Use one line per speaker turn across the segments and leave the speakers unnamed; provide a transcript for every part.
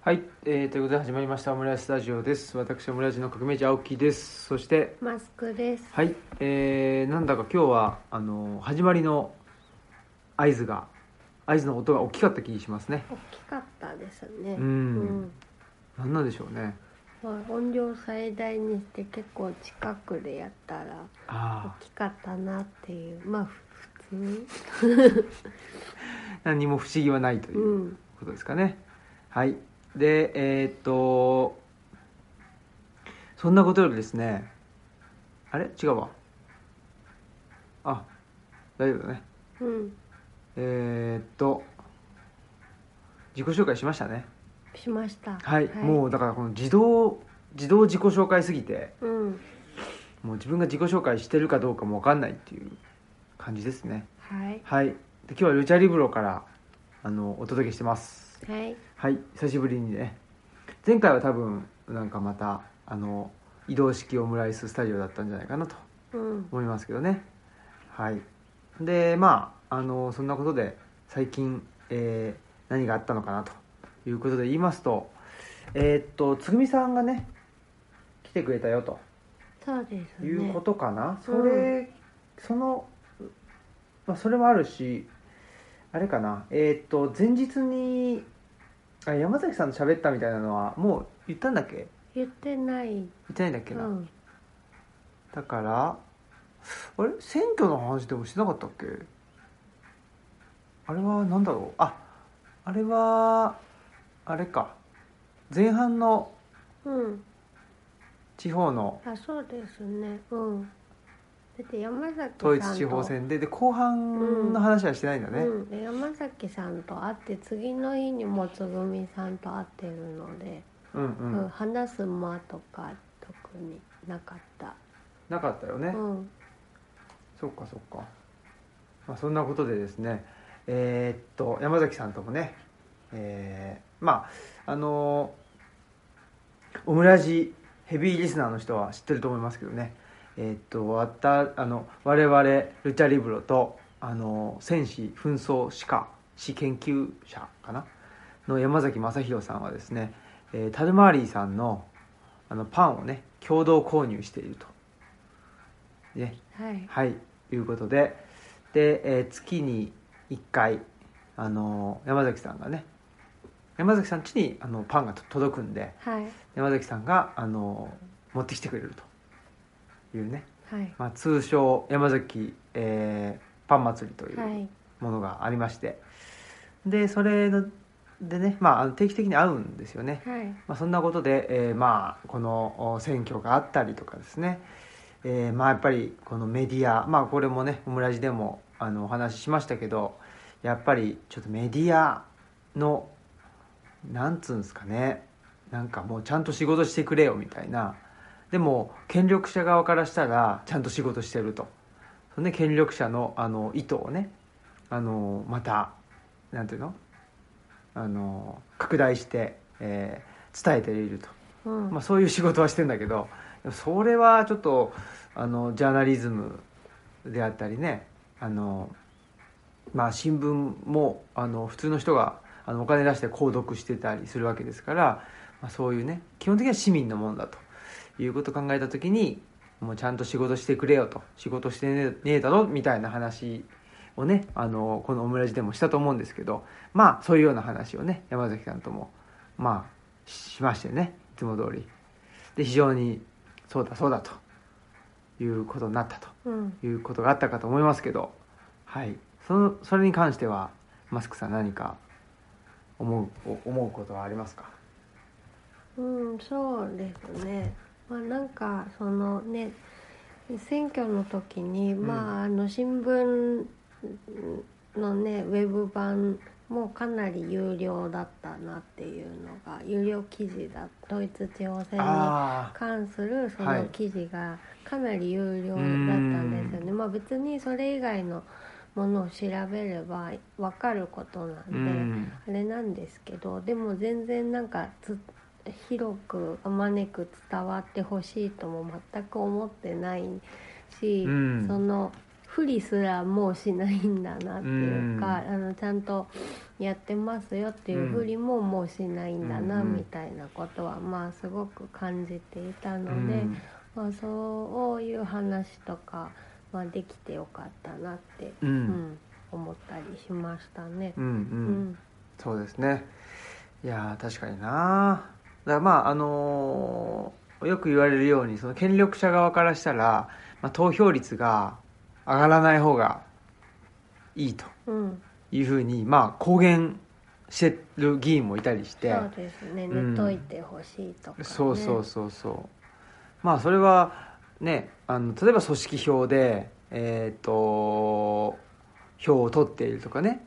はい、えー、ということで始まりましたオムライススタジオです私オムライスの革命児青木ですそして
マスクです。
はいえー、なんだか今日はあの始まりの合図が合図の音が大きかった気がしますね
大きかったですね。
うん何なんでしょうね
うんまあ音量最大にして結構近くでやったら大
あ
きかったなっていうまあふ普
あ何も不思議はないと
通。。
いううんことですかね、はいでえーっとそんなことよりですねあれ違うわあ大丈夫だね
うん。
えーっと自己紹介しましたね
しました。
はい、もうだからこの自動自動自己紹介すぎて
う。うん。
もう自分が自己紹介してるかどうかも分かんないっていう感じですね
はい。
はいで今日はルチャリブロからあのお届けしてます
はい。
はい久しぶりにね前回は多分なんかまたあの移動式オムライススタジオだったんじゃないかなと
うん。
思いますけどねはいでまああのそんなことで最近、えー何があったのかなということで言いますとえーっとつぐみさんがね来てくれたよと
そうですね。
いうことかな、そ
うん
れ、その、まあ、それもあるしあれかなえーっと前日にあ山崎さんと喋ったみたいなのはもう言ったんだっけ
言ってない。
言ってないんだっけ
う
な、
ん。
だからあれ選挙の話でもしてなかったっけあれは何だろうああれはあれか前半の
うん。
地方の
あそうですね。うん。だって山崎さんと
統一地方選でで後半の話はしてないんだね、
うん、で山崎さんと会って次の日にもつぐみさんと会ってるので、
うん、うん
うん話す間とか特になかった、
なかったよね、
うん、
そっかそっか、まあ、そんなことでですねえーっと山崎さんともねえーまああのーオムラジヘビーリスナーの人は知ってると思いますけどねえーっとわたあの我々ルチャリブロとあの戦士紛争史家史研究者かなの山崎正弘さんはですね、えータルマーリーさんのあのパンをね共同購入していると、ね、
はい
はい、ということで、で、えー月に1回、あのー山崎さんがね、山崎さん家にあのパンがと届くんで、
はい
山崎さんが、あのー持ってきてくれるというね、
はい
まあ、通称山崎、えーパン祭りとい
は
う
い
ものがありまして、で、それのでね、まああの、定期的に会うんですよね。
はい
まあ、そんなことで、えーまあ、このお選挙があったりとかですね、えーまあ、やっぱりこのメディア、まあ、これもねオムラジでもあのお話ししましたけどやっぱりちょっとメディアのなんつうんですかねなんかもうちゃんと仕事してくれよみたいなでも権力者側からしたらちゃんと仕事してるとそのね権力者のあの意図をねあのまたなんていうのあの拡大して、えー伝えていると、
うん、
まあ、そういう仕事はしてんだけどそれはちょっとあのジャーナリズムであったりねあの、まあ、新聞もあの普通の人があのお金出して購読してたりするわけですから、まあ、そういうね基本的には市民のもんだということを考えた時にもうちゃんと仕事してくれよと仕事してねえだろみたいな話をねあのこのオムラジでもしたと思うんですけどまあそういうような話をね山崎さんともまあしましてねいつも通りで非常にそうだそうだということになったと
うん、
いうことがあったかと思いますけどはいそのそれに関してはマスクさん何か思うお思うことはありますか
うん、そうですねまあなんかそのね選挙の時に、
ん
まああの新聞のねウェブ版もかなり有料だったなっていうのが有料記事だドイツ地方選に
あ
関するそ
はい
の記事がかなり有料だったんですよね、まあ別にそれ以外のものを調べれば分かることな
あうん
で、
ん
あれなんですけどでも全然なんかつ広くあまねく伝わってほしいとも全く思ってないし、
うん
その不利すらもうしないんだなっていうか、あのちゃんとやってますよっていうふりももうしないんだな、
うんうん
みたいなことはまあすごく感じていたの
う
で、
ん
まあ、そういう話とか、まあ、できてよかったなって、
う
うんん、思ったりしましたね
うんう。
うんん
そうですねいやー確かになだからまああのーよく言われるようにその権力者側からしたら、まあ、投票率が上がらない方がいいと
うん、
いうふうにまあ公言してる議員もいたりして
そうですね
うん
寝といてほしいとか、ね
そうそうそうそうまあそれはねあの例えば組織票でえっ、と票を取っているとかね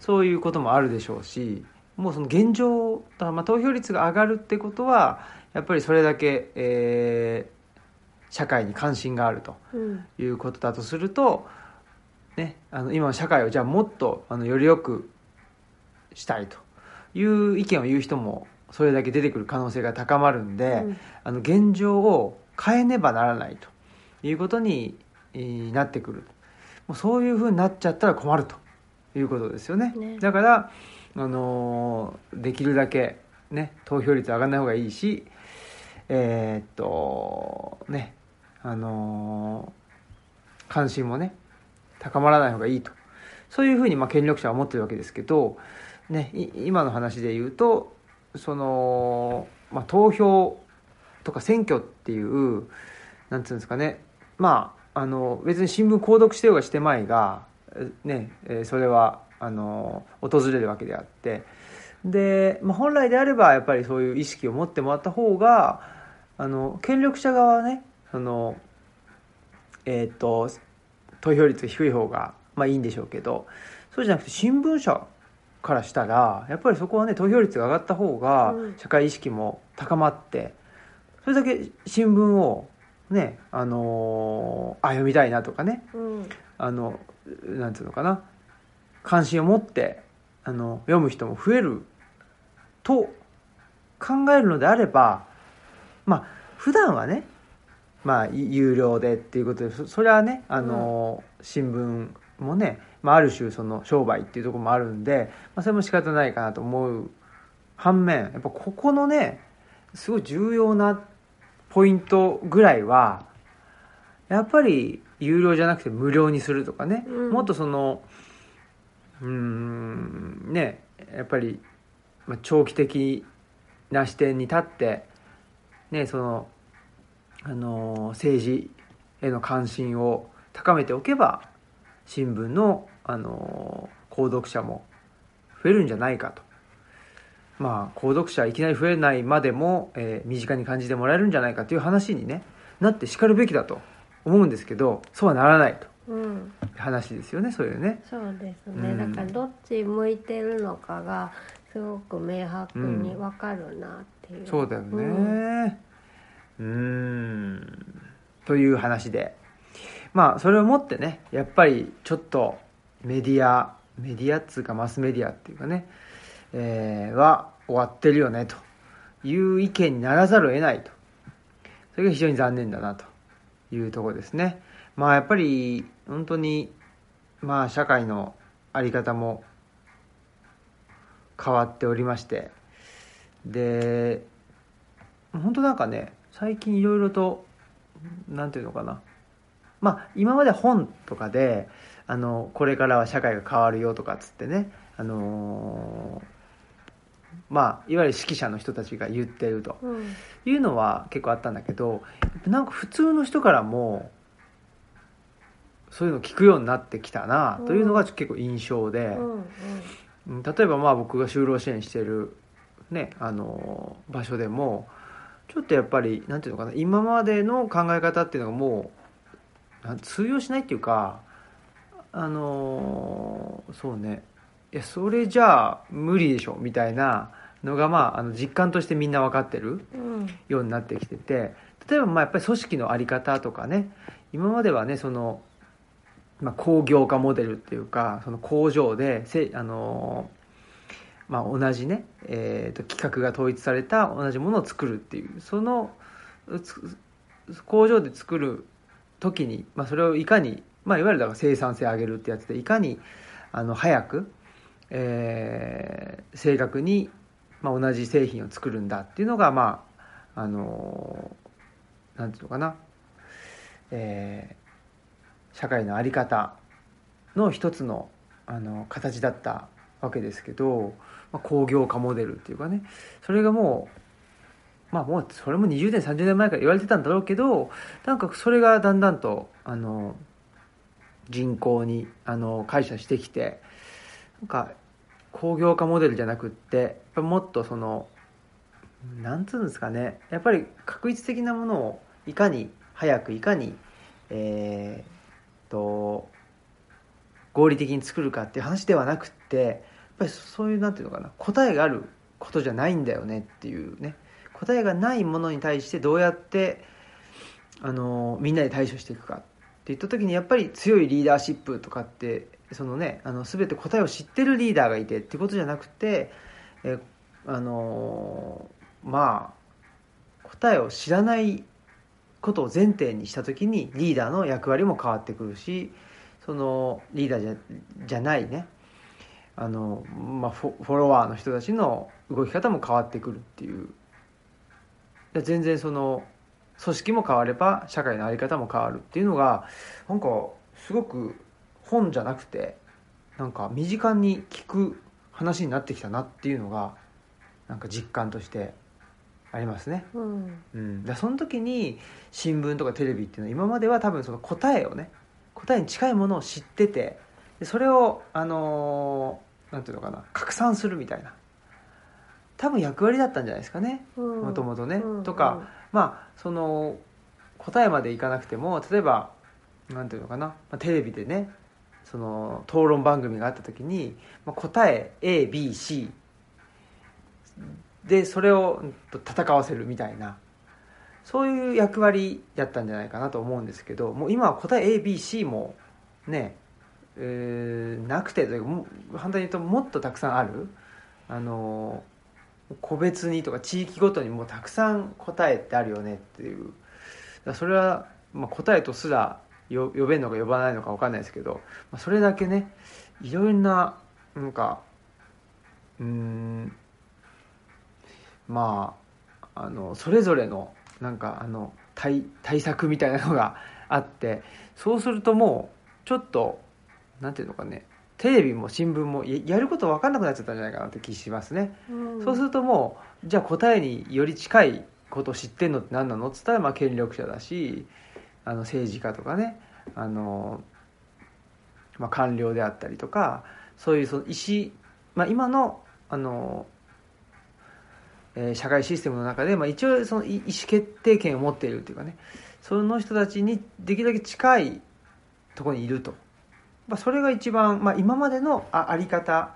そういうこともあるでしょうしもうその現状だからまあ投票率が上がるってことはやっぱりそれだけ、えー社会に関心があると
うん
いうことだとすると、ね、あの今の社会をじゃあもっとあのより良くしたいという意見を言う人もそれだけ出てくる可能性が高まるんで、
うん
あの現状を変えねばならないということにえーなってくるもうそういうふうになっちゃったら困るということですよね
ね
だから、あのーできるだけ、ね、投票率上がらない方がいいしえーっとねあのー関心もね高まらない方がいいとそういうふうにまあ権力者は思ってるわけですけど、ね、い今の話で言うとその、まあ、投票とか選挙っていうなんていうんですかねまああの別に新聞購読してようがしてまいが、えねえーそれはあの訪れるわけであってで、まあ、本来であればやっぱりそういう意識を持ってもらった方があの権力者側はねそのえーっと投票率が低い方が、まあ、いいんでしょうけどそうじゃなくて新聞社からしたらやっぱりそこはね投票率が上がった方が
うん
社会意識も高まって、それだけ新聞をねあのーあ読みたいなとかね
うん
あのなんていうのかな関心を持ってあの読む人も増えると考えるのであればまあ普段はねまあい有料でっていうことでそそれはねあの、新聞もね、まあ、ある種その商売っていうところもあるんで、まあ、それも仕方ないかなと思う反面やっぱここのねすごい重要なポイントぐらいはやっぱり有料じゃなくて無料にするとかね、
うん
もっとそのうーんねやっぱりまあ長期的な視点に立って、ね、そのあの政治への関心を高めておけば新聞のあの購読者も増えるんじゃないかと。まあ、購読者いきなり増えないまでも、えー身近に感じてもらえるんじゃないかという話に、ね、なってしかるべきだと思うんですけどそうはならないと
うん
いう話ですよねそういうね。
そうです
う
ね、
ん
だからどっち向いてるのかがすごく明白にわかるなっていう、
そうだよ
ん
ねうーんという話でまあそれをもってねやっぱりちょっとメディアメディアっつうかマスメディアっていうかね、えーは終わってるよねという意見にならざるを得ないとそれが非常に残念だなというところですねまあやっぱり本当にまあ社会のあり方も変わっておりましてで本当なんかね最近いろいろとなんていうのかなまあ今まで本とかであのこれからは社会が変わるよとかっつってねあのーまあいわゆる指揮者の人たちが言ってると
うん
いうのは結構あったんだけどなんか普通の人からもそういうの聞くようになってきたなというのが結構印象で。
うんうん
うん例えばまあ僕が就労支援してる、ね、あの場所でもちょっとやっぱりなんていうのかな今までの考え方っていうのがもうなん通用しないっていうかあのそうねいやそれじゃあ無理でしょみたいなのが、まあ、あの実感としてみんな分かってる
うん
ようになってきてて例えばまあやっぱり組織の在り方とかね今まではねその、まあ、工業化モデルっていうかその工場でせあのー、まあ、同じね、えー、と規格が統一された同じものを作るっていうそのつ工場で作る時に、まあ、それをいかに、まあ、いわゆるだから生産性上げるってやつでいかにあの早くえー正確に、まあ、同じ製品を作るんだっていうのがまああのーなんていうのかな、えー社会の在り方の一つのあの形だったわけですけど、まあ、工業化モデルっていうかねそれがもうまあもうそれも20年30年前から言われてたんだろうけどなんかそれがだんだんとあの人口にあの解釈してきてなんか工業化モデルじゃなくってやっぱもっとそのなんつうんですかねやっぱり確一的なものをいかに早くいかにえーっと合理的に作るかっていう話ではなくってやっぱりそういうなんていうのかな答えがあることじゃないんだよねっていうね答えがないものに対してどうやってあのみんなで対処していくかって言った時にやっぱり強いリーダーシップとかってそのねあの全て答えを知ってるリーダーがいてってことじゃなくてえあのまあ答えを知らないことを前提にした時にリーダーの役割も変わってくるしそのリーダーじゃじゃないねあの、まあ、フォフォロワーの人たちの動き方も変わってくるっていうで全然その組織も変われば社会の在り方も変わるっていうのがなんかすごく本じゃなくてなんか身近に聞く話になってきたなっていうのがなんか実感としてありますね。
うん
うん、だからその時に新聞とかテレビっていうのは今までは多分その答えをね答えに近いものを知っててでそれをあのーなんていうのかな拡散するみたいな多分役割だったんじゃないですかね
うん
もともとね、
うん
とか、まあその答えまでいかなくても例えばなんていうのかな、まあ、テレビでねその討論番組があった時に、まあ、答え ABC でそれをうんと戦わせるみたいなそういう役割だったんじゃないかなと思うんですけどもう今は答え ABC もね、えーなくてというかもう反対に言うともっとたくさんある。あの個別にとか地域ごとにもうたくさん答えってあるよねっていうだからそれは、まあ、答えとすらよ呼べるのか呼ばないのか分かんないですけど、まあ、それだけねいろいろななんかうーんまああのそれぞれのなんかあの対対策みたいなのが あってそうするともうちょっとなんていうのかねテレビも新聞もややること分かんなくなっちゃったんじゃないかなって気しますね。
うん
そうするともうじゃあ答えにより近いことを知ってんのって何なのっつったらまあ権力者だしあの政治家とかねあの、まあ、官僚であったりとかそういうその意思、まあ、今のあの、えー社会システムの中で、まあ、一応そのい意思決定権を持っているというかねその人たちにできるだけ近いところにいると、まあ、それが一番、まあ、今までのああり方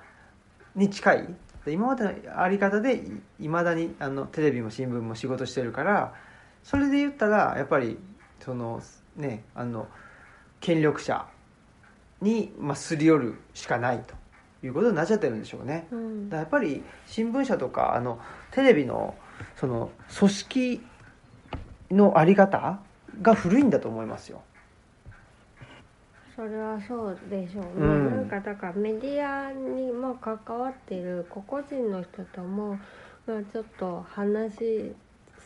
に近いで今までのあり方でいまだにあのテレビも新聞も仕事してるからそれで言ったらやっぱりそのねあの権力者に、まあ、すり寄るしかないということになっちゃってるんでしょうね。
うん
だからやっぱり新聞社とかあのテレビのその組織のあり方が古いんだと思いますよ。
それはそうでしょうね、
うん
なんかだからメディアにも関わっている個々人の人とも、まあ、ちょっと話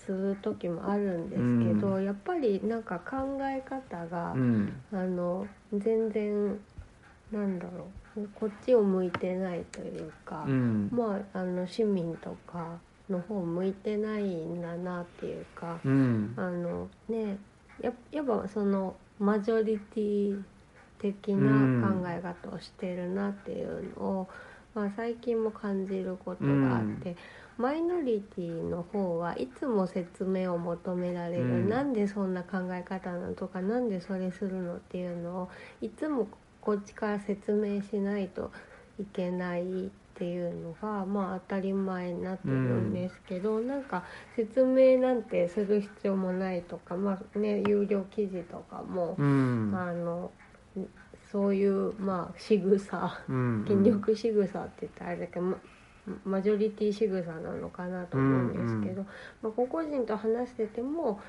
する時もあるんですけど、
う
やっぱりなんか考え方が、
うん、
あの全然なんだろうこっちを向いてないというか、
うん、
まああの市民とかの方向いてないんだなっていうか。
うん、
あのねややっぱそのマジョリティ的
うん
な考え方をしてるなっていうのを、まあ、最近も感じることがあって、マイノリティの方はいつも説明を求められる、
うん
なんでそんな考え方なのとかなんでそれするのっていうのをいつもこっちから説明しないといけないっていうのがまあ当たり前になってるんですけど、なんか説明なんてする必要もないとかまあね有料記事とかも、
うん、
あのそういうまあ仕草
うん、
権力仕草って言ったらあれだけど、まマジョリティ仕草なのかなと思うんですけど、まあ、個々人と話してても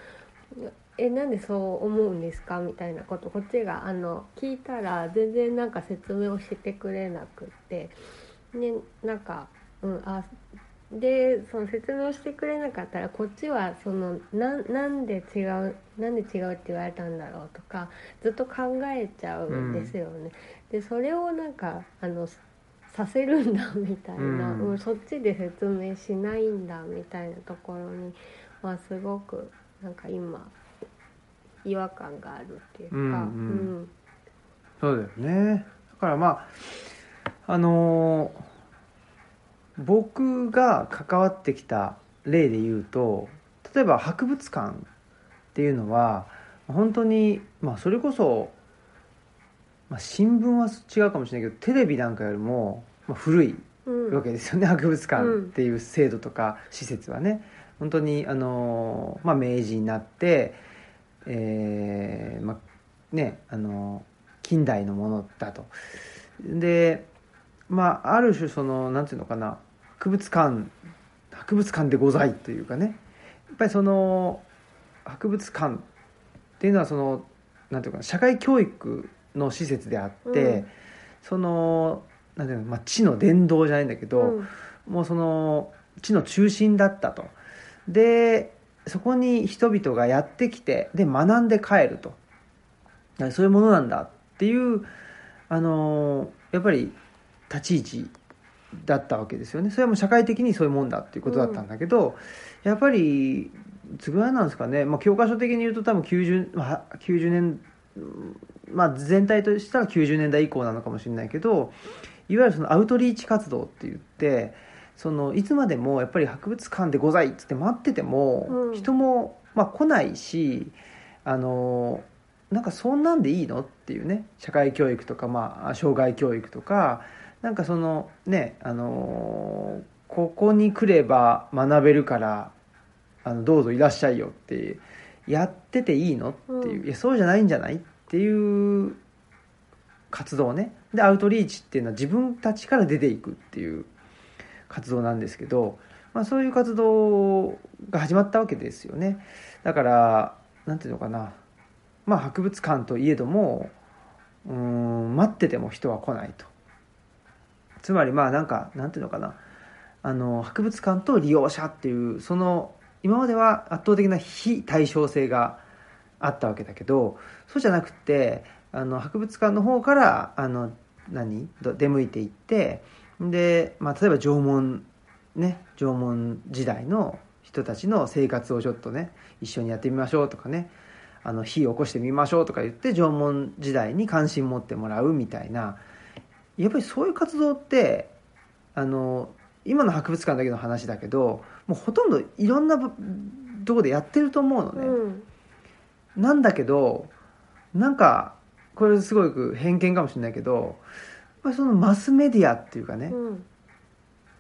「えなんでそう思うんですか?」みたいなことこっちがあの聞いたら全然なんか説明をしてくれなくってねなんか、うん、あでその説明をしてくれなかったらこっちはそのなんなんで違うなんで違うって言われたんだろうとかずっと考えちゃうんですよね。でそれをなんかあのさせるんだみたいな、
うん
うんそっちで説明しないんだみたいなところにはすごくなんか今違和感があるっていうか。
うんうんそうだよねだからまああのー僕が関わってきた例で言うと例えば博物館っていうのは本当にまあそれこそ、まあ、新聞は違うかもしれないけどテレビなんかよりも、まあ、古い
うんうん
わけ ですよね、博物館っていう制度とか施設はね本当にあの、まあ、明治になって、えーまあね、あの近代のものだと。で、まあ、ある種そのなんていうのかな博物館博物館でございというかねやっぱりその博物館っていうのはそのなんていうかな社会教育の施設であって、
うん
そのなんていうの、まあ、地の伝道じゃないんだけど、
うん
もうその地の中心だったとでそこに人々がやってきてで学んで帰るとだそういうものなんだっていうあのやっぱり立ち位置だったわけですよねそれはもう社会的にそういうもんだっていうことだったんだけど、やっぱりいつぐらいなんですかね、まあ、教科書的に言うと多分90、まあ、90年、うんまあ、全体としたら90年代以降なのかもしれないけどいわゆるそのアウトリーチ活動って言ってそのいつまでもやっぱり博物館でございっつって待ってても、
うん
人も、まあ、来ないしあのなんかそんなんでいいのっていうね社会教育とか、まあ、障害教育とかなんかそのねあのここに来れば学べるからあのどうぞいらっしゃいよってやってていいのっていう、
うん
いやそうじゃないんじゃないっていう活動ねでアウトリーチっていうのは自分たちから出ていくっていう活動なんですけど、まあ、そういう活動が始まったわけですよねだからなんていうのかなまあ博物館といえどもうーん待ってても人は来ないとつまりまあなんかなんていうのかなあの博物館と利用者っていうその今までは圧倒的な非対称性があったわけだけどそうじゃなくてあの博物館の方からあの何ど出向いていってで、まあ、例えば縄文ね縄文時代の人たちの生活をちょっとね一緒にやってみましょうとかねあの火を起こしてみましょうとか言って縄文時代に関心持ってもらうみたいなやっぱりそういう活動ってあの今の博物館だけの話だけどもうほとんどいろんなぶとこでやってると思うのね。
うん
なんだけどなんかこれすごく偏見かもしれないけどやっぱりそのマスメディアっていうかね、
うん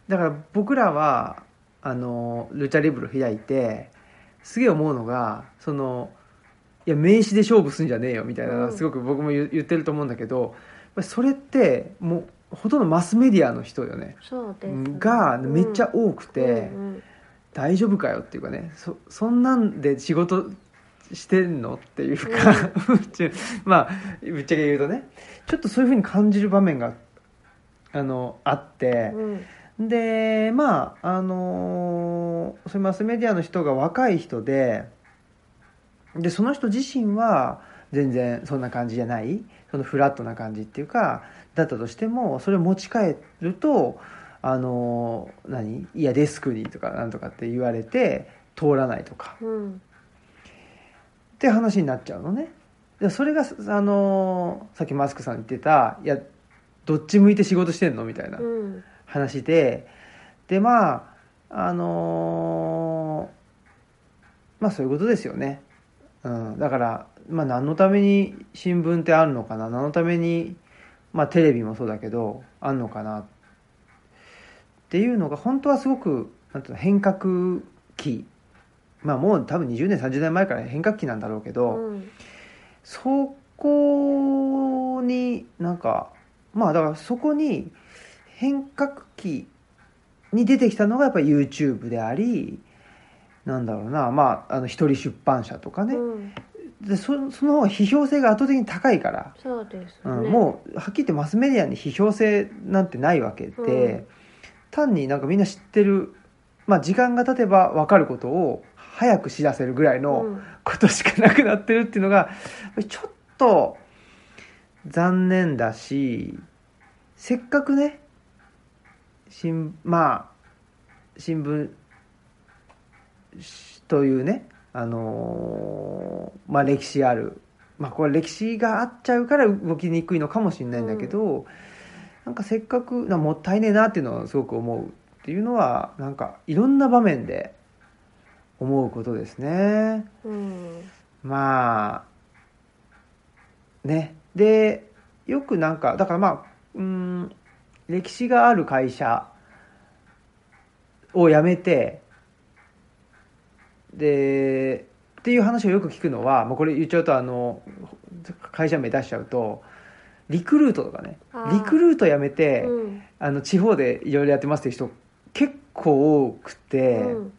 だから僕らはあのルチャリブロ開いてすげえ思うのがそのいや名刺で勝負すんじゃねえよみたいなの
う
は
ん
すごく僕も言う言ってると思うんだけどやっぱりそれってもうほとんどマスメディアの人よね
そうです、
がめっちゃ多くて。
うんうん
大丈夫かよっていうかねそそんなんで仕事してんのっていうか、ちょ まあぶっちゃけ言うとねちょっとそういうふうに感じる場面があのあって、
うん
でまああのーそういうマスメディアの人が若い人ででその人自身は全然そんな感じじゃないそのフラットな感じっていうかだったとしてもそれを持ち帰るとあのー何いやデスクにとかなんとかって言われて通らないとか
うん
って話になっちゃうのねでそれがあのーさっきマスクさん言ってたいやどっち向いて仕事してんのみたいな
うん
話ででまああのーまあそういうことですよね、うん、だから、まあ、何のために新聞ってあるのかな何のために、まあ、テレビもそうだけどあるのかなっていうのが本当はすごくなんていうの変革期まあもう多分20年30年前から変革期なんだろうけど、
うん
そこになんかまあだからそこに変革期に出てきたのがやっぱり YouTube でありなんだろうなまああの一人出版社とかね、
うん
でそその方が批評性が圧倒的に高いから、
そうですね、
うん、もうはっきり言ってマスメディアに批評性なんてないわけで、
うん
単になんかみんな知ってる、まあ、時間が経てば分かることを早く知らせるぐらいの
ん
ことしかなくなってるっていうのがちょっと残念だしせっかくね新まあ新聞しというねあのーまあ歴史あるまあこれ歴史があっちゃうから動きにくいのかもしれないんだけど、なんかせっかくなもったいねえなっていうのをすごく思うっていうのはなんかいろんな場面で思うことですね。
うん
まあねでよくなんかだからまあうん歴史がある会社を辞めてでっていう話をよく聞くのはもうこれ言っちゃうとあの会社名出しちゃうとリクルートとかね
あー
リクルート辞めて、
うん
あの地方でいろいろやってますっていう人結構多くて。
うん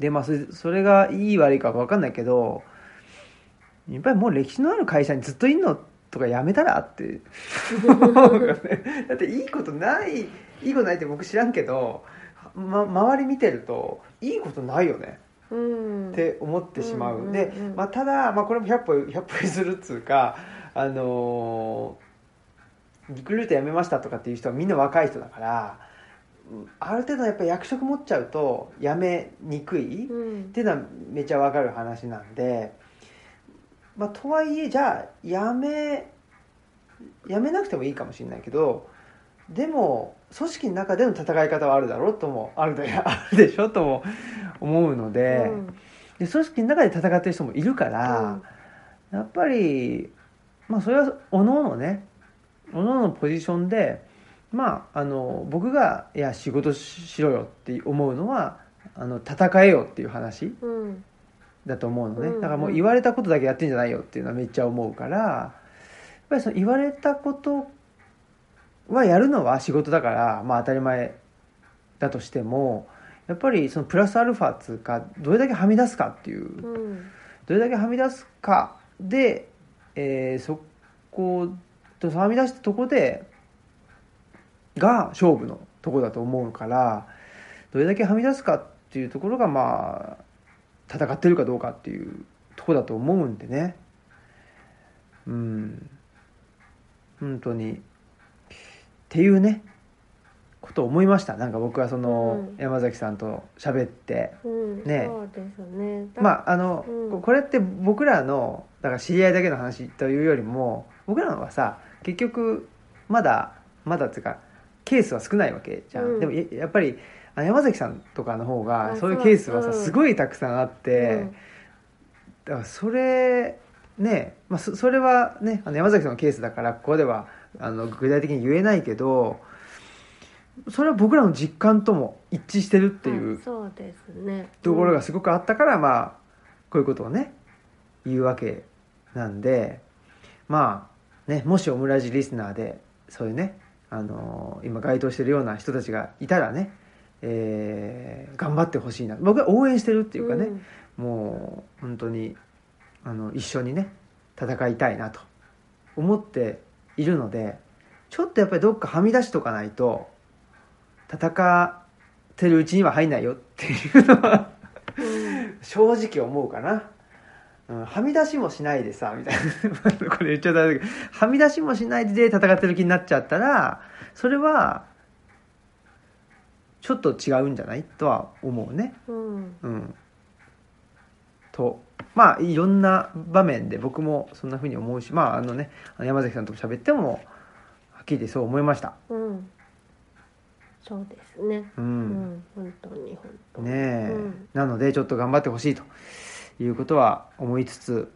でまあそれそれがいい悪いか分かんないけどやっぱりもう歴史のある会社にずっといんのとかやめたらって 思うよねだっていいことないいいことないって僕知らんけど、ま、周り見てるといいことないよね
うん
って思ってしまう、
うんうんうん
で、まあ、ただ、まあ、これも100歩100歩譲るっつうかあのーリクルート辞めましたとかっていう人はみんな若い人だからうんある程度やっぱり役職持っちゃうと辞めにくい、
うん
っていうのはめちゃわかる話なんで、まあ、とはいえじゃあやめやめなくてもいいかもしれないけどでも組織の中での戦い方はあるだろうともあるであるでしょとも思うので,、
うん
で組織の中で戦ってる人もいるから、やっぱり、まあ、それはおのおのねおのおのポジションで、まあ、あの僕が「いや仕事しろよ」って思うのはあの戦えよっていう話。
うん
だと思うのね、
うんうん
だからもう言われたことだけやってんじゃないよっていうのはめっちゃ思うからやっぱりその言われたことはやるのは仕事だから、まあ、当たり前だとしてもやっぱりそのプラスアルファっつうかどれだけはみ出すかっていう
うん
どれだけはみ出すかで、えーそことはみ出したとこでが勝負のとこだと思うからどれだけはみ出すかっていうところがまあ戦ってるかどうかっていうとこだと思うんでねうん本当にっていうねことを思いましたなんか僕はその
うん
山崎さんと喋って。
うん
ね
そうですねだ
まああの、
うん
ここれって僕らのだから知り合いだけの話というよりも僕らのはさ結局まだまだっていうかケースは少ないわけじゃん、
うん
でもややっぱりあ山崎さんとかの方が
あ
そうい
そうう
ケースはさ、
うん
すごいたくさんあって、だからそれね、まあ、そそれはねあの山崎さんのケースだからここではあの具体的に言えないけどそれは僕らの実感とも一致してるっていう
はそうですね
ところがすごくあったから、まあこういうことをね言うわけなんでまあねもしオムラジリスナーでそういうね、あのー今該当してるような人たちがいたらね、えー頑張ってほしいな僕は応援してるっていうかね、
ん
もう本当にあの一緒にね戦いたいなと思っているのでちょっとやっぱりどっかはみ出しとかないと戦ってるうちには入んないよっていうのは
うん
正直思うかな、うん、はみ出しもしないでさみたいな これ言っちゃダメだけどはみ出しもしないで戦ってる気になっちゃったらそれはちょっと違うんじゃないとは思うね。
うん
うん、とまあいろんな場面で僕もそんな風に思うしまああのねあの山崎さんとも喋ってもはっきり言ってそう思いました。
うんそうですね
う
うんん本当に本当に
ねえ、
うん
なのでちょっと頑張ってほしいということは思いつつ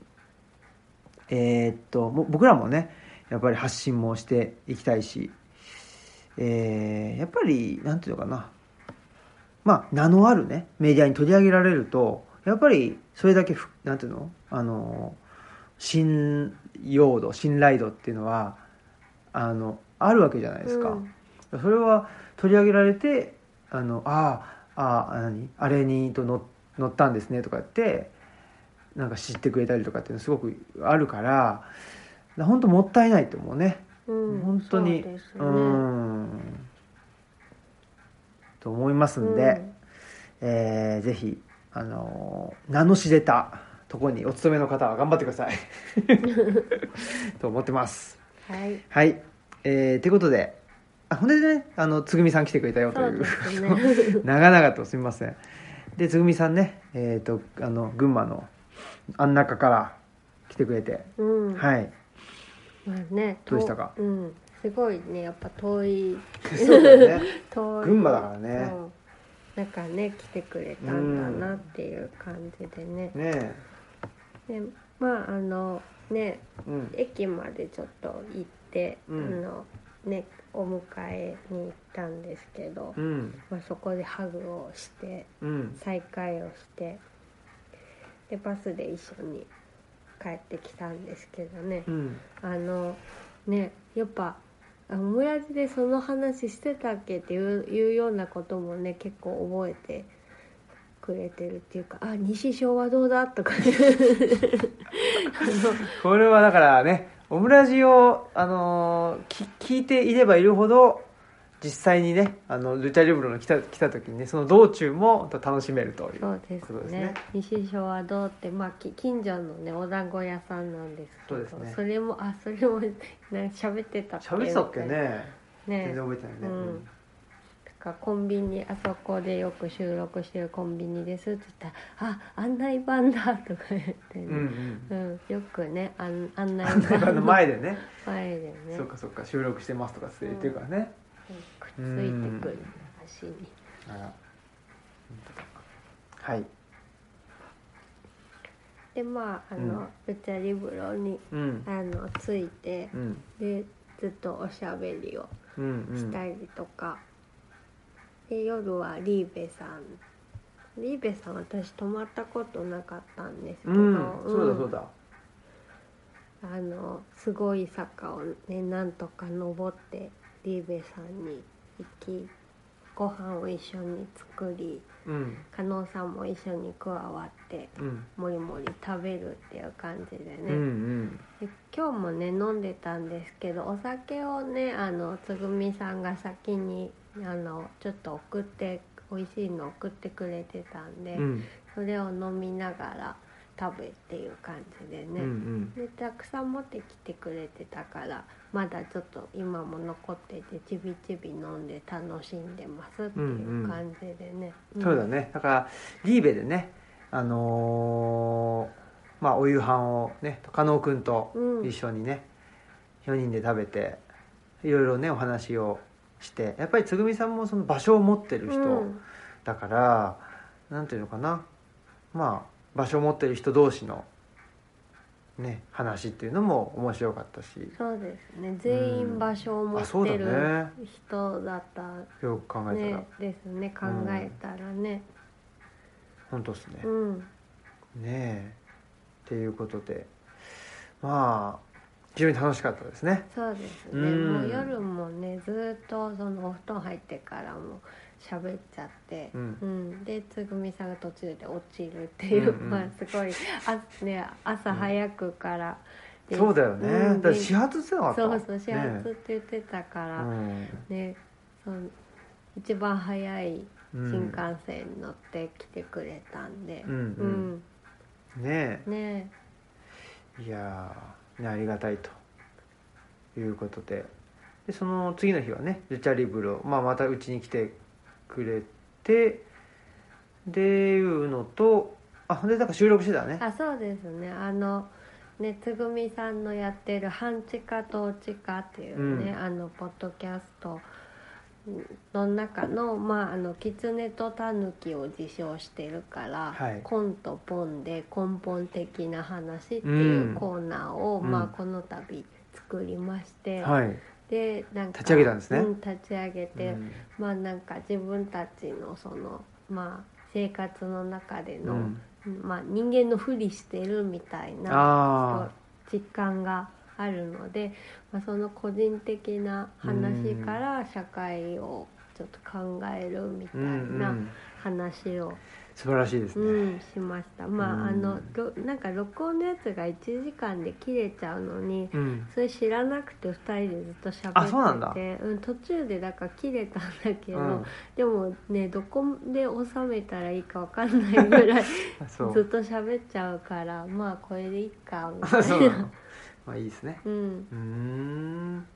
えーっとも僕らもねやっぱり発信もしていきたいし、えーやっぱりなんていうのかなまあ名のあるねメディアに取り上げられるとやっぱりそれだけふなんていうのあの信用度信頼度っていうのはあのあるわけじゃないですか。
うん
それは取り上げられて「あのああああ何あれにと乗乗ったんですね」とか言ってなんか知ってくれたりとかっていうのすごくあるから本当もったいないと思うね。
うん、
本当に
そうですね
うんと思いますんで、えーぜひあのー名の知れたところにお勤めの方は頑張ってくだ さいと思ってます
うんはい
はいえー、ということであほんでねあのつぐみさん来てくれたよと
そ
いうう
ですね
長々とすみませんでつぐみさんねえっ、とあの群馬のあん中から来てくれて、
うん、
はい
まあね
ど
と
うでしたか
うんすごいねやっぱ遠い
そうだね
遠い
群馬だからね
そうなんかね来てくれたんだなっていう感じでね、
ねえ
でまああのね
うん
駅までちょっと行って、
うん
あのねお迎えに行ったんですけど、
うん
まあ、そこでハグをして
うん
再会をしてでバスで一緒に帰ってきたんですけどね、
うん
あのねやっぱあオムラジでその話してたっけっていういうようなこともね結構覚えてくれてるっていうか「あ西昭和どうだ?」とか、ね、
これはだからねオムラジを、あのーき聞いていればいるほど実際にねあのルチャリブロの来た来た時にねその道中も楽しめるという
そうで
そ
す
うです
ね
ね
西昭和堂って、まあ、き近所のねお団子屋さんなんですけど
そうですね
れもあそれもなんか喋ってたっ
喋ってたっけ
みたい
ね
な
全
ね
然覚えてないね、
うんとかコンビニあそこでよく収録してるコンビニですって言ったら「あ案内板だ」とか言って
う
ね、
んうん
うん、よくね案案内
うんあの
前
前でね
前でね
そっかそっか収録してますとかって言ってるからね、
くっついてくる足に
あら本当だはい
でまああの、ルチャリブロに
うん
あのついて
うん
でずっとおしゃべりを
うんうん
したりとか、で夜はリーベさんリーベさん私泊まったことなかったんですけ
う
ど、
んそうだ
ん
そうだ
あのすごい坂をねなんとか登ってリーベさんに行きご飯を一緒に作り
うん
加納さんも一緒に加わって
うん
もりもり食べるっていう感じでね、
うんうん
で今日もね飲んでたんですけどお酒をねあのつぐみさんが先にあのちょっと送って美味しいの送ってくれてたんで、
うん
それを飲みながら食べっていう感じでね。
うんうん
でたくさん持ってきてくれてたからまだちょっと今も残っててちびちび飲んで楽しんでますっていう感じでね、ん
そうだねだからリーベでねあのーまあお夕飯をね加納君と
うん
一緒にね、4人で食べていろいろねお話をしてやっぱりつぐみさんもその場所を持ってる
う
人
ん
だから、なんていうのかなまあ場所を持ってる人同士のね話っていうのも面白かったし
そうですね全員場所を持
あそう
っ
だ
てる
ね
人だった
よく考えたら、
ねですね考えたらね
本当ですね、
うん、
ねえっていうことでまあ非常に楽しかったですね
そうですね、
うん
もう夜もねずっとそのお布団入ってからも喋っちゃって、
うん
でつぐみさんが途中で落ちるっていう、
うんうん
まあすごいあ、ね、朝早くからで、
そうだよね、
うん
だから
で
始発じゃなかった
そうそう始発っ
ね
て言ってたか
え
ら、ねその一番早い
うん
新幹線に乗ってきてくれたんで、
うんうんうんね
うんね
えいやーねありがたいということででその次の日はねルチャリブロ、まあ、またうちに来てくれてでいうのとあほんでなんか収録してたね
あそうですねあのねつぐみさんのやってる「半地下と地下」っていうね、
うん
あのポッドキャストの中の「まあ、あの狐とタヌキ」を自称してるから、
はい
コンとポンで根本的な話っていううんコーナーを、
うん
まあ、この度作りまして、
はい、
でなんか
立ち上げたんですね
うん、立ち上げて、
うん
まあなんか自分たちのそのまあ生活の中での、
うん
まあ、人間のふりしてるみたいな
あ
実感があるので、まあ、その個人的な話から社会をちょっと考えるみ
あ
たいな話を
素晴らしいですね、
うん、しましたまああ
うん
のろなんか録音のやつが1時間で切れちゃうのに
うん
それ知らなくて2人でずっと
あそうなん
喋っ
だ
ててうん、途中でだから切れたんだけど、
うん
でもねどこで収めたらいいかわかんないぐらい
そう
ずっと喋っちゃうからまあこれでいいかみたい
そうな
な。
のまあいいですね
うん、
うーん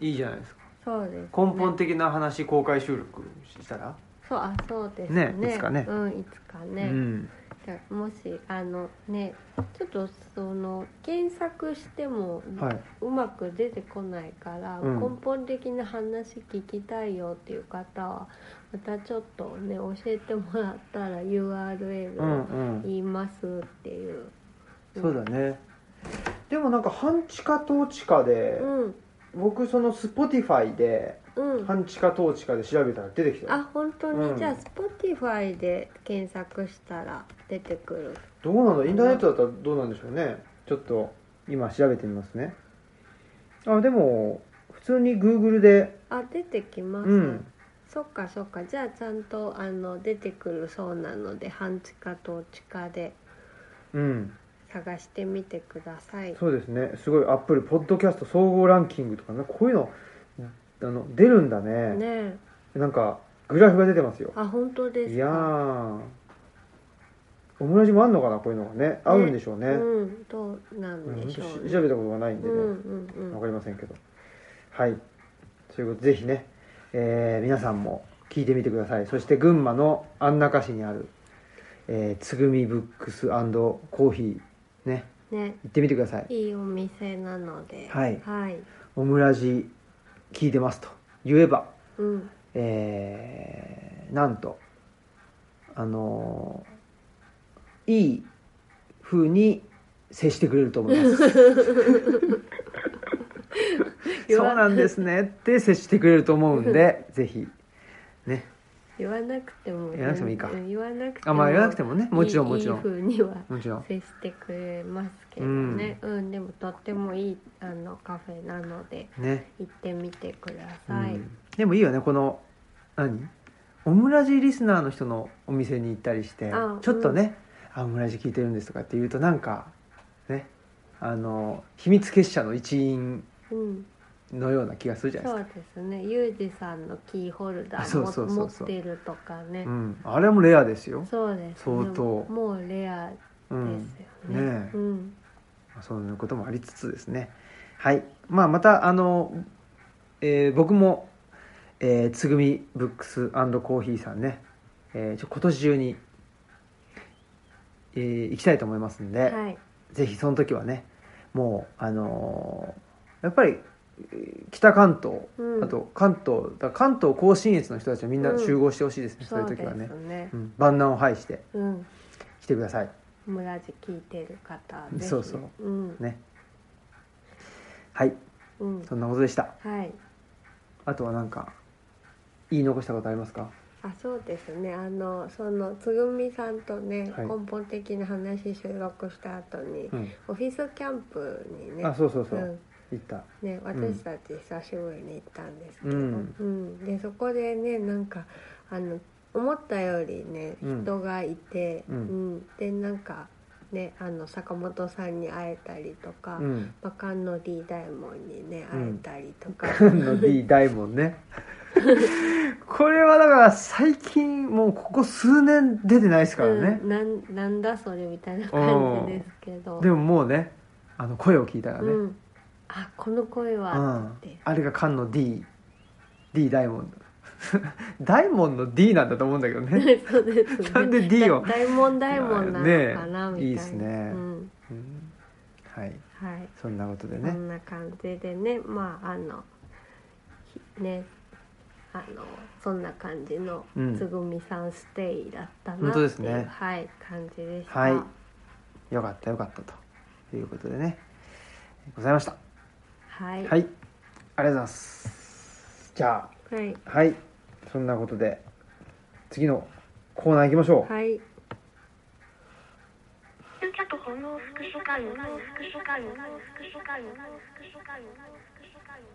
いいじゃないですか
そうです、ね、
根本的な話公開収録したら、
そうあそうですね
ねいつかね
うんいつかね、
うん
じゃあもしあのねちょっとその検索しても
はいう
まく出てこないから、
うん
根本的な話聞きたいよっていう方はまたちょっとね教えてもらったら URL
うん
を
うん
言いますっていう、
そうだねでもなんか半地下統治下で、
うん
僕その Spotify で
うん
半地下統治下で調べたら出てきたよ
あ本当に、
うん
じゃあ Spotify で検索したら出てくる
どうなんだインターネットだったらどうなんでしょうねちょっと今調べてみますねあでも普通に Google で
あ出てきます、
うん
そっかそっかじゃあちゃんとあの出てくるそうなので半地下と地下で
うん
探してみてください
そうですねすごいアップルポッドキャスト総合ランキングとかねこういうのあの出るんだね
ねえ
なんかグラフが出てますよ
あ本当ですか
いやーオムラジもあんのかなこういうのがね合うんでしょうね
うんどうな
うんん
でし
ち
ょ
ょっ
う
と
ね
調べたことがないんで
う
ね、
んうんう
わ
ん
かりませんけどはいということでぜひね、えー皆さんも聞いてみてくださいそして群馬の安中市にある、えーつぐみブックスコーヒーね
ね
行ってみてください
いいお店なのでは
はいオムラジ聞いてますと言えば
うん
えーなんとあのーいい風に接してくれると思い ますそうなんですねって接してくれると思うん でぜひね
言わなくても
言わなくてもいいか
うん言わなくても
あまあ言わなくてもねもちろんもちろ
いい
ん
いい風には
もちろん
接してくれますけどね、うんでもとってもいいあのカフェなので
ね、
行ってみてくだ
う
さい、
ん、でもいいよねこの何オムラジリスナーの人のお店に行ったりして
あ
ちょっとね、あ「オムラジ聞いてるんです」とかって言うとなんかねあの秘密結社の一員
うん
のような気がするじゃない
そ
です
うですねゆうじさんのキーホルダ
あそ
ー
う
も
そうそうそう
持ってるとかね、
か、うん、あれもレアですよ、
そうです
相当
ももうレアで
うん、
すよね,、
ねえ
うん
そういうこともありつつですねはい、まあ、またあの、えー僕も、えーつぐみブックスコーヒーさんね、えーちょ今年中に、えー行きたいと思いますんで、
はい
ぜひその時はねもうあのーやっぱりえー北関東、
うん
あと関東だから関東甲信越の人たちはみんな集合してほしいですね、そういう時はね
そうですね
うん、万難を排して
うん
来てください
村地聞いてる方ぜひ
そうそう
うん
ねはい
うん
そんなことでした
はい
あとは何か言い残したことありますか
あそうですねあのそのつぐみさんとね、
はい
根本的な話収録した後に、
うん
オフィスキャンプにね
あそうそうそう、
うん
言った
ね、私たち久しぶりに行ったんですけど、
う
うんんでそこでねなんかあの思ったよりね
うん
人がいて、
う
うんんでなんかねあの坂本さんに会えたりとか、
うん
バカンの D 大門にね
う
会え
ん
たりとか、
の D 大門ね これはだから最近もうここ数年出てないですからね
う、んなんなんだそれみたいな感じですけど、
でももうねあの声を聞いたらね、
う
うん
ん、あこの声は、
あ
て
れが菅の DD 大門 大門の D なんだと思うんだけどね
そうですね
なんで D を
だ大門大門なのかなみたいな、
ねえいいっすね
うん、
うんはい
はい
そんなことで
こ
ね
んな感じでねまああのひねあのそんな感じの
うん
つぐみさんステイだった
本
なって
当
い
で
う、
すね
はい感じでした、
はいよかったよかったということでねございました
は
はいいありがとうございますじゃ
はい
あはいそんなことで次のコーナー行きましょう、
はい
ちょっとこの福祉館の福祉館の福祉館の福祉館の福祉館の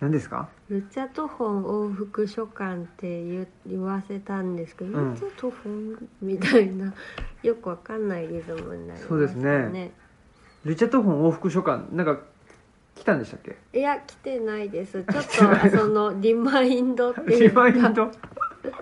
何ですか
ルチャトホン往復書館って言う言わせたんですけど、
うん
ルチャトホンみたいな よくわかんないリズムになりましたね
そうですねルチャトフォン往復書館なんか来たんでしたっけ
いや来てな いですちょっ
来てない
とそのリマインドってい
リ
うか
マインドあじ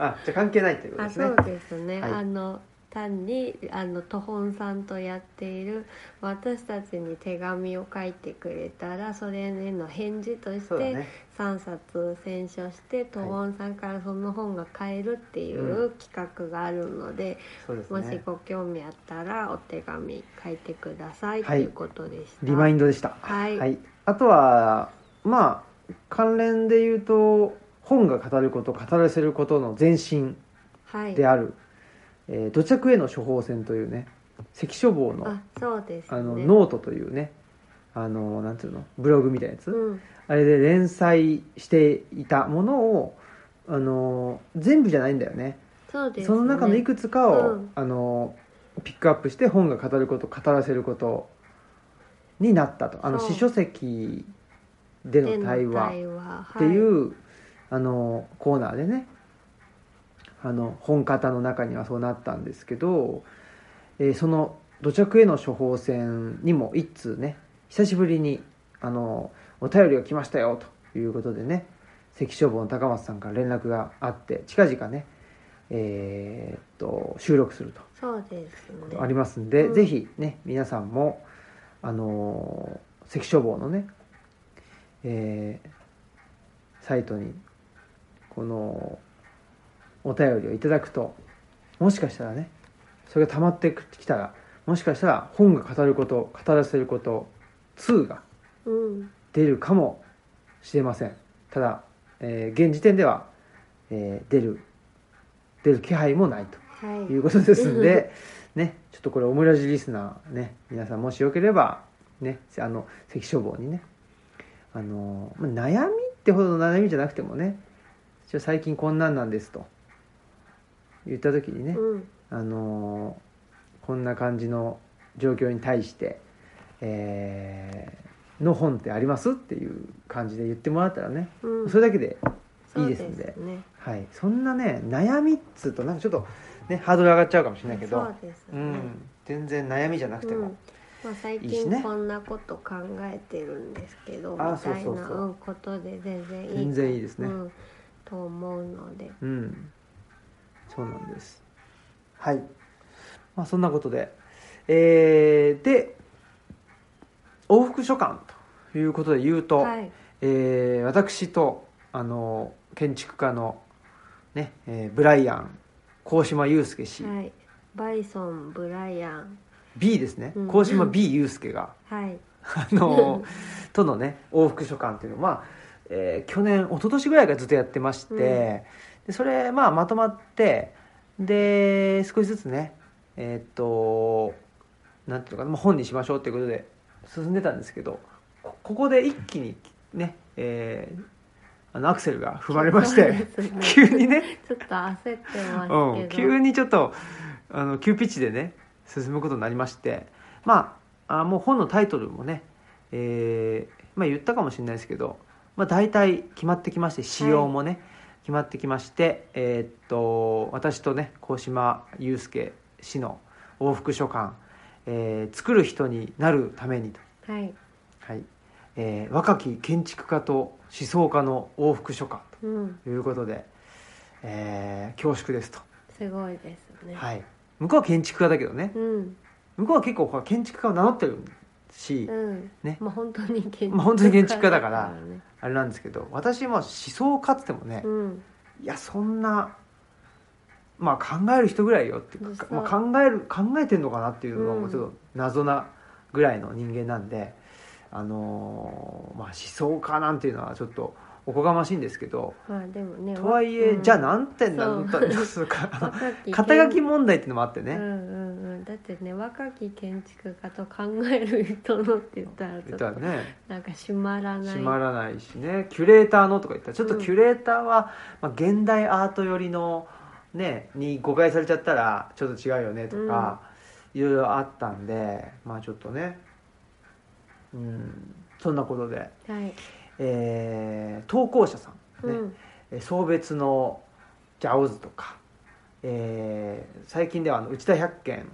ゃあ関係ないっていうこと
あ
ですね
そうですね、
はい
あの単にあのトホンさんとやっている私たちに手紙を書いてくれたらそれへの返事とし
そうだ
て
ね
3冊選書して、トホンさんからその本が買えるってい
うん
う企画があるので、
そうです
もし
ね
ご興味あったらお手紙書いてくださいと、、
はいいう
ことでした
リマインドでした
はい
あとはまあ関連で言うと本が語ること語らせることの前身
はい
である、えー土着への処方箋というね関書房の
あそうです、
あ
ね、
のノートというねあのなんていうのブログみたいなやつ、
うん
あれで連載していたものをあの全部じゃないんだよね
そうですね
その中のいくつかを、
うん
あのピックアップして本が語ること語らせることになったとあの
そう
詩書籍での対話
手の話
っていう、あのコーナーでねあの本型の中にはそうなったんですけど、えーその土着への処方箋にも一通ね久しぶりにあのお便りが来ましたよということでね関消防の高松さんから連絡があって近々ねえーっと収録すると
そうですね
ありますんで、
うん
ぜひね皆さんもあのー関消防のね、えーサイトにこのお便りをいただくともしかしたらねそれが溜まってきたらもしかしたら本が語ること語らせること2が
うん
出るかもしれませんただ、えー現時点では、えー出る出る気配もないと
はい
いうことですんで、ね、ちょっとこれオムラジリスナーね皆さんもしよければねあの関消防にねあのまあ悩みってほどの悩みじゃなくてもねちょ最近こんなんなんですと言った時にね、
うん
あのこんな感じの状況に対して、えーの本ってありますっていう感じで言ってもらったらね
うん
それだけで
そう
いいですんで
ね
はい、そんなね悩みっつうとなんかちょっとねハードル上がっちゃうかもしれないけど
そうです
う
ね、
ん、全然悩みじゃなくても、
うんまあ、最
いいしね
近こんなこと考えてるんですけど
あ
みたい
そうそう
な
そう
うんことで全然いい
全然いいですね
うんと思うので
うんそうなんですはい、まあ、そんなことでえーで往復書簡ということで言うと、
はい
えー私とあの建築家の、ねえーブライアン鴻島祐介氏、
はいバイソンブライアン
B ですね
うん
鴻島 B 祐介が。
はい
あのとのね往復書館っていうのは、えー去年一昨年ぐらいからずっとやってまして、
うん
でそれ、まあ、まとまってで少しずつねえーっとなんていうのかな、まあ、本にしましょうということで進んでたんですけどこここで一気にね、えーあのアクセルが踏まれまし
そう
て
です ね
急にね
ちょっと焦ってますけど、
うん、急にちょっとあの急ピッチでね進むことになりましてまああもう本のタイトルもね、えーまあ、言ったかもしれないですけど、まあ、大体決まってきまして仕様もね、決まってきまして、えーっと私とね鴻島祐介氏の往復書簡、えー作る人になるために」と
はい、
はいえー若き建築家と思想家の往復書簡
うん、
ということで、えー恐縮ですと。
すごいですね、
はい、向こうは建築家だけどね
うん
向こうは結構こう建築家を名乗ってるし、
うん
ね
まあ本当に建築家
まあ本当に建築家だから
ね
あれなんですけど私も思想家っつってもね、
うん
いやそんなまあ考える人ぐらいよっていうか、
そう
まあ、考える考えてんのかなっていうのが
うん
もうちょっと謎なぐらいの人間なんで、あのーまあ、思想家なんていうのはちょっとおこがましいんですけど
まあでもね
とはいえ、じゃあ
な
何点だろう
そう
とそうか肩
肩
書き問題っていうのもあってね、
うんうんうん、だってね若き建築家と考える人のって言ったらち
言
ょ
っ
っ
た
と
らね
なんか締まらない
閉まらないしねキュレーターのとか言ったらちょっと
うん
キュレーターは、まあ、現代アート寄りのねに誤解されちゃったらちょっと違うよねとか、いろいろあったんでまあちょっとねうんそんなことで、
はい
えー投稿者さん、
う
ね
ん
えー送別のジャオズとか、えー最近ではあの内田百軒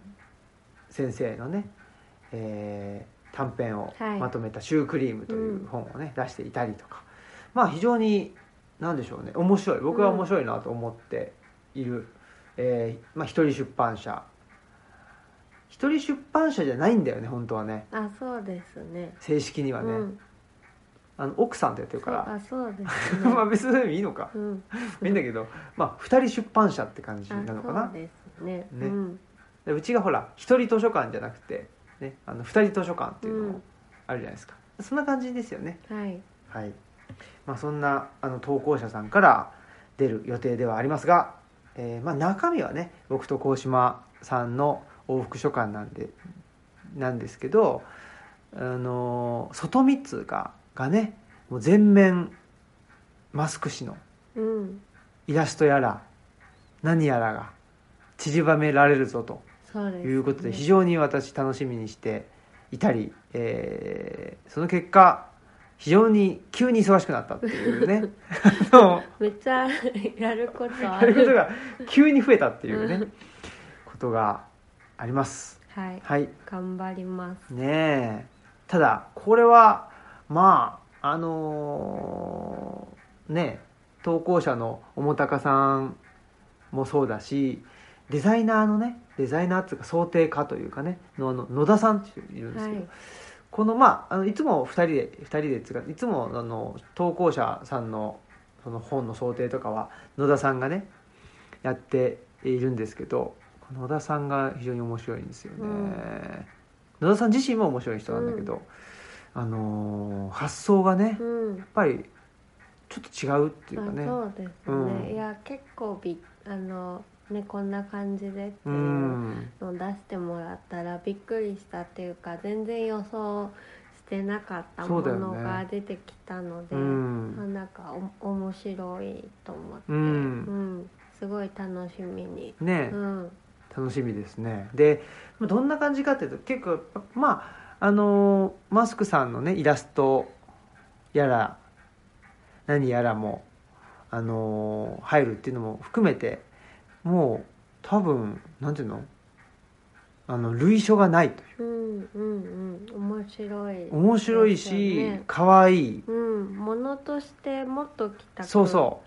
先生のね、えー短編を
はい
まとめた「シュークリーム」という本をね、出していたりとかまあ非常に何でしょうね面白い僕は面白いなと思っている、えーまあ、一人出版社一人出版社じゃないんだよね本当はね
あそうですね
正式にはね、
うん、
あの奥さんってやってるか
そう
ら、
あそうです ね
まあ別にいいのか
うん
いいんだけど、まあ、2人出版社って感じ
あ
なのかな
そうですね
ね
うん
でうちがほら1人図書館じゃなくて、ね、あの2人図書館っていうのもあるじゃないですか、そんな感じですよね
はい
はい、まあ、そんなあの投稿者さんから出る予定ではありますが、えーまあ、中身はね僕と鴻島さんの往復書館なんでなんですけど、あのー外三つががねもう全面マスク氏の
うん
イラストやら何やらが縮ばめられるぞと
そうです、ね、
いうことで非常に私楽しみにしていたり、えーその結果非常に急に忙しくなったっていう ねあの
めっちゃやることあ
やること
る
が急に増えたっていう
う
ねことがあります。
はい
はい
頑張ります
ねえただこれはまああのーねえ投稿者の重高さんもそうだしデザイナーのねデザイナーっていうか想定家というかねのあの野田さんっていうんです
は
けど、
い
このまああのいつも2人で2人でっていうかいつもあの投稿者さんのその本の想定とかは野田さんがねやっているんですけどこの野田さんが非常に面白いんですよね、
うん
野田さん自身も面白い人なんだけど、あのー発想がね
う
やっ
ん
ぱりちょっと違うっていうかね
あそうですね、
うん
いや結構びあのねこんな感じでって
う
いううんのを出してもらったらびっくりしたっていうか全然予想してなかった
そ
も
うだよね
のが出てきたので、
うん
あなんかお面白いと思って、
うん
うんすごい楽しみに、
ねえ、
うん、
楽しみですねでまあどんな感じかっていうと結構まああのーマスクさんのねイラストやら何やらもあのー入るっていうのも含めてもう多分なんていうのあの類書がないという
うんうんうん面白い
面白い
そうです
し
よね
可愛、い
うんものとしてもっときた
そう
く
そ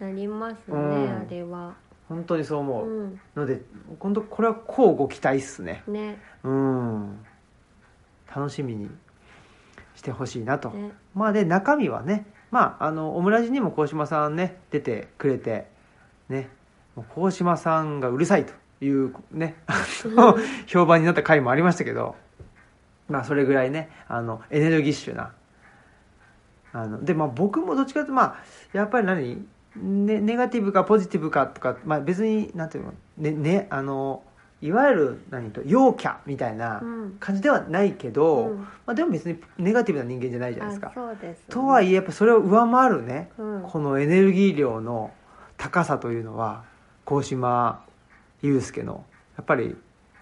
う
なりますね、
うん
あれは、
本当にそう
う、
思うんので本当これはこうご期待っすね
ね
うん楽しみにしてほしいなと
ね
まあで中身はねまああのオムラジにも鴻島さんね出てくれてねもう鴻島さんがうるさいというね評判になった回もありましたけどまあそれぐらいねあのエネルギッシュなあのでまあ僕もどっちかというとまあやっぱり何ね、ネガティブかポジティブかとか、まあ、別になんていうの,、ねね、あのいわゆる何と陽キャみたいな
うん
感じではないけど、
うん
まあ、でも別にネガティブな人間じゃないじゃないです
あ
か。
そうです、ね、
とはいえやっぱそれを上回るね、
うん
このエネルギー量の高さというのは鴻島祐介のやっぱり、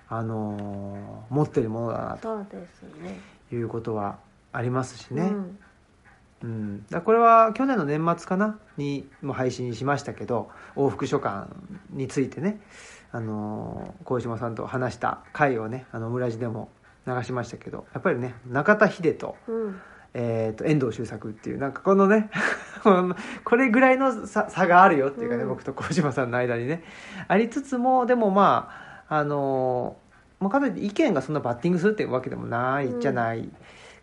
あのー持ってるものだな
そうですね
ということはありますしね、う
う
ん
ん
だからこれは去年の年末かなにも配信しましたけど往復書簡についてね、あのー、鴻島さんと話した回をねあの村地でも流しましたけどやっぱりね中田秀と
うん
えー、と遠藤周作っていうなんかこのね これぐらいの差差があるよっていうかね、
うん
僕と小島さんの間にねありつつもでもまああのーまあ、かといって意見がそんなバッティングするっていうわけでもないじゃない、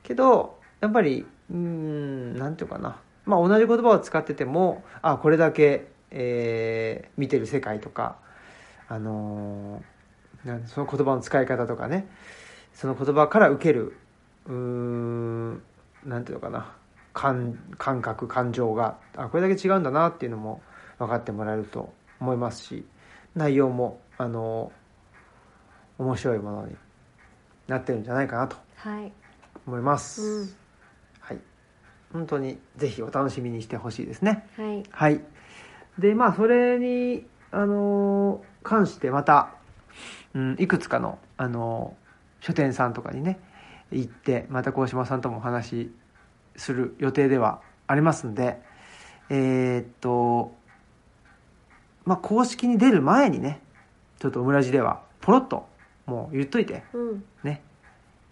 けどやっぱりうーんなんていうかな、まあ、同じ言葉を使っててもあこれだけ、えー見てる世界とか、あのーなんその言葉の使い方とかねその言葉から受けるうーんなんていうのかな感感覚感情があこれだけ違うんだなっていうのも分かってもらえると思いますし内容もあの面白いものになってるんじゃないかなと
はい
思います、
うん
はい本当にぜひお楽しみにしてほしいですね
はい
はいでまあそれにあの関してまた、うん、いくつかのあの書店さんとかにね行ってまた鴻島さんともお話しする予定ではありますんで、えーっと、まあ、公式に出る前にね、ちょっとオムラジでは、ポロっと、もう言っといて、
うん
ね。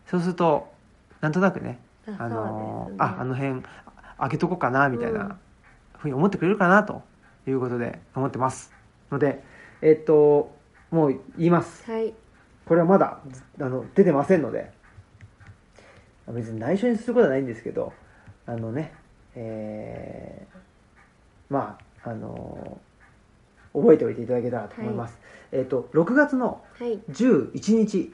そうすると、なんとなくね、
あ
あの
そうですね
ああの辺開けとこうかなみたい
うん
なふうに思ってくれるかなということで思ってますのでえっともう言います
はい
これはまだあの出てませんので別に内緒にすることはないんですけどあのねえーまああの覚えておいていただけたらと思います、えっと6月の
はい
11日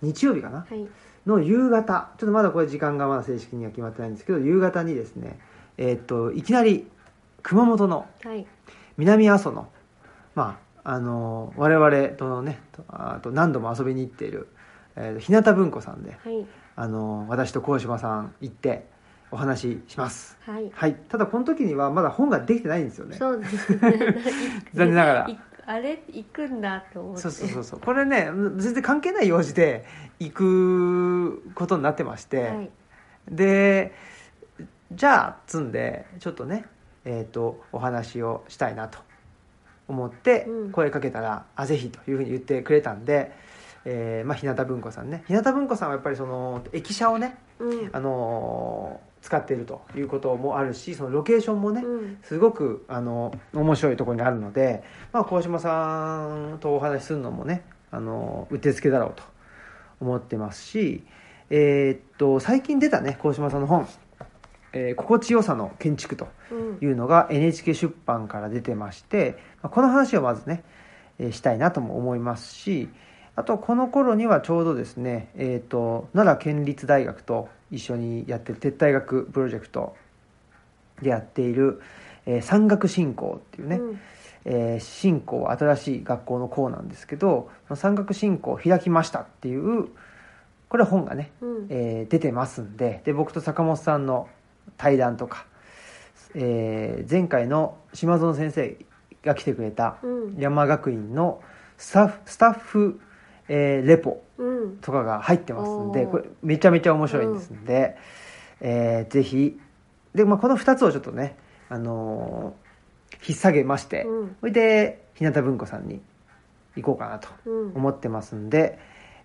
日曜日かな、
はい
の夕方ちょっとまだこれ時間がまだ正式には決まってないんですけど夕方にですねえーっといきなり熊本の
はい
南阿蘇のまああの我々とのねとあと何度も遊びに行っている、えー日向文庫さんで
はい
あの私と鴻島さん行ってお話しします
はい、
はいただこの時にはまだ本ができてないんですよね
そうですね
残念ながら
い あれ行くんだと思って
そうそうそうそうこれね全然関係ない用事で行くことになってまして、
はい
でじゃあ積んでちょっとねえっ、とお話をしたいなと思って
うん
声かけたら「あぜひ」というふうに言ってくれたんで、えーまあ、日向文庫さんね日向文庫さんはやっぱりその駅舎をね、
うん
あのー使っているということもあるしそのロケーションもね、
うん
すごくあの面白いところにあるので、まあ、鴻島さんとお話しするのもねあのうってつけだろうと思ってますし、えーっと最近出たね鴻島さんの本「えー心地よさの建築」と
うん
いうのが NHK 出版から出てまして、まあこの話をまずね、えーしたいなとも思いますしあとこの頃にはちょうどですね、えーと奈良県立大学と一緒にやってる撤退学プロジェクトでやっている、えー山岳振興っていうね、
うん
えー振興は新しい学校の校なんですけど山岳振興を開きましたっていうこれは本がね
うん
えー出てますんでで僕と坂本さんの対談とか、えー前回の島園先生が来てくれた
うん
山学院のスタッフスタッフ、えーレポ
うん
とかが入ってますんで
おー
これめちゃめちゃ面白いんですんで、えーぜひで、まあ、この2つをちょっとね、あのー引っ提げまして、
うん
それで日向文庫さんに行こうかなと
うん
思ってますんで、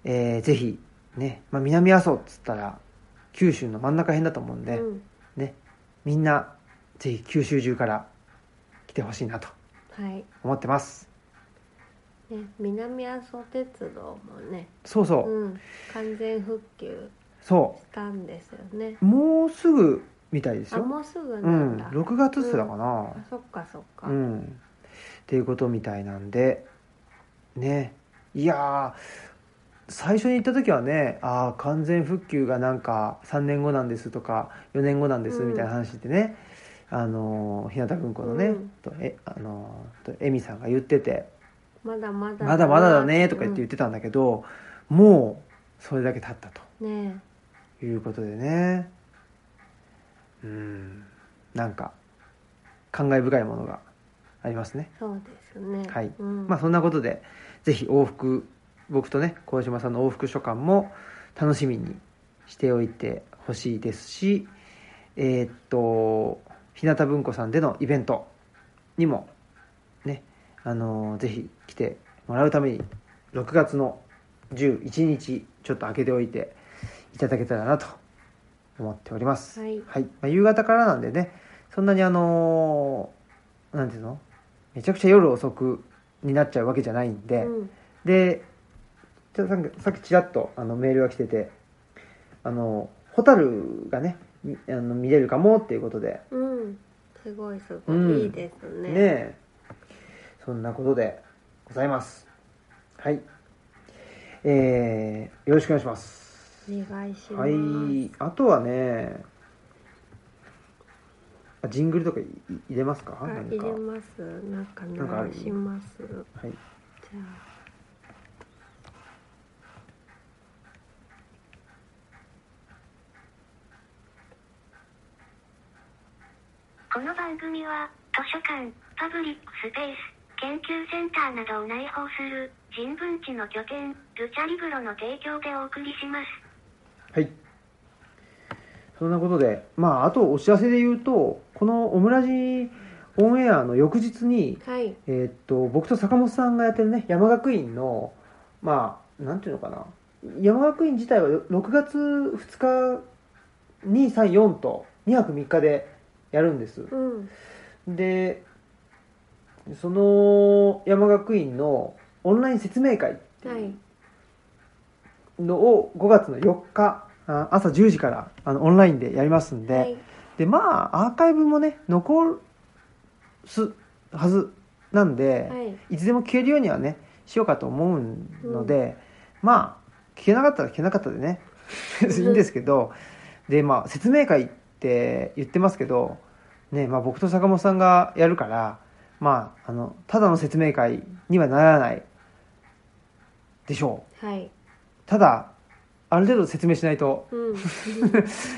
えーぜひね、まあ、南阿蘇っつったら九州の真ん中辺だと思うんで、
うん
ねみんなぜひ九州中から来てほしいなと
はい
思ってます
ね南阿蘇鉄道もね
そうそう、
うん完全復旧
そ
したんですよね
うもうすぐみたいです
あ
よ
もうすぐ
う
なん
ん
だ、
6月っつってたかな
あそっかそっか、
うん、っていうことみたいなんでねいやー最初に行った時はねああ完全復旧がなんか3年後なんですとか4年後なんです
うん
みたいな話でね、あのー日向文庫のね、
うん
とえあのーとえみさんが言ってて
まだま
「
だ
まだまだだね」とか言って言ってたんだけど、もうそれだけ経ったと。
うんね
いうことでねうんなんか感慨深いものがありますね
えそうですね
はい
うん、
まあそんなことでぜひ往復僕とね鴻島さんの往復書簡も楽しみにしておいてほしいですしえーっと日向文庫さんでのイベントにもねあのーぜひ来てもらうために6月の11日ちょっと開けておいていただけたらなと思っております、
はい
まあ、夕方からなんでねそんなにあのーなんていうのめちゃくちゃ夜遅くになっちゃうわけじゃないんで、
うん
でちょさっきさっきちらっとあのメールが来ててあのホタルがねみあの見れるかもっていうことで
うん、すごいすごい、
うん
いいですね
ねえそんなことでございますはいえー、よろしくお願いします
お願いしま
は
す、
いあとはねあジングルとかい入れますか
あ
何
入
か
れますなんか
なんかある
鳴らします
はい
じゃあ
この番組は、図書館、パブリックスペース、研究センターなどを内包する、人文地の拠点、ルチャリブロの提供でお送りします。
はいそんなことで、まあ、あとお知らせで言うと、このオムラジオンエアの翌日に、
はい
えーっと、僕と坂本さんがやってるね、山学院の、まあ、なんていうのかな、山学院自体は6月2日に3、4と2泊3日でやるんです。
うん
で、その山学院のオンライン説明会
はい
のを5月の4日、あ朝10時からあのオンラインでやりますんで、
はい
でまあアーカイブもね残すはずなんで、
はい
い、つでも消えるようにはねしようかと思うので、まあ聞けなかったら聞けなかったでね いいんですけどでまあ説明会って言ってますけど、ねまあ、僕と坂本さんがやるから、まあ、あのただの説明会にはならないでしょう
はい
ただある程度説明しないと
うん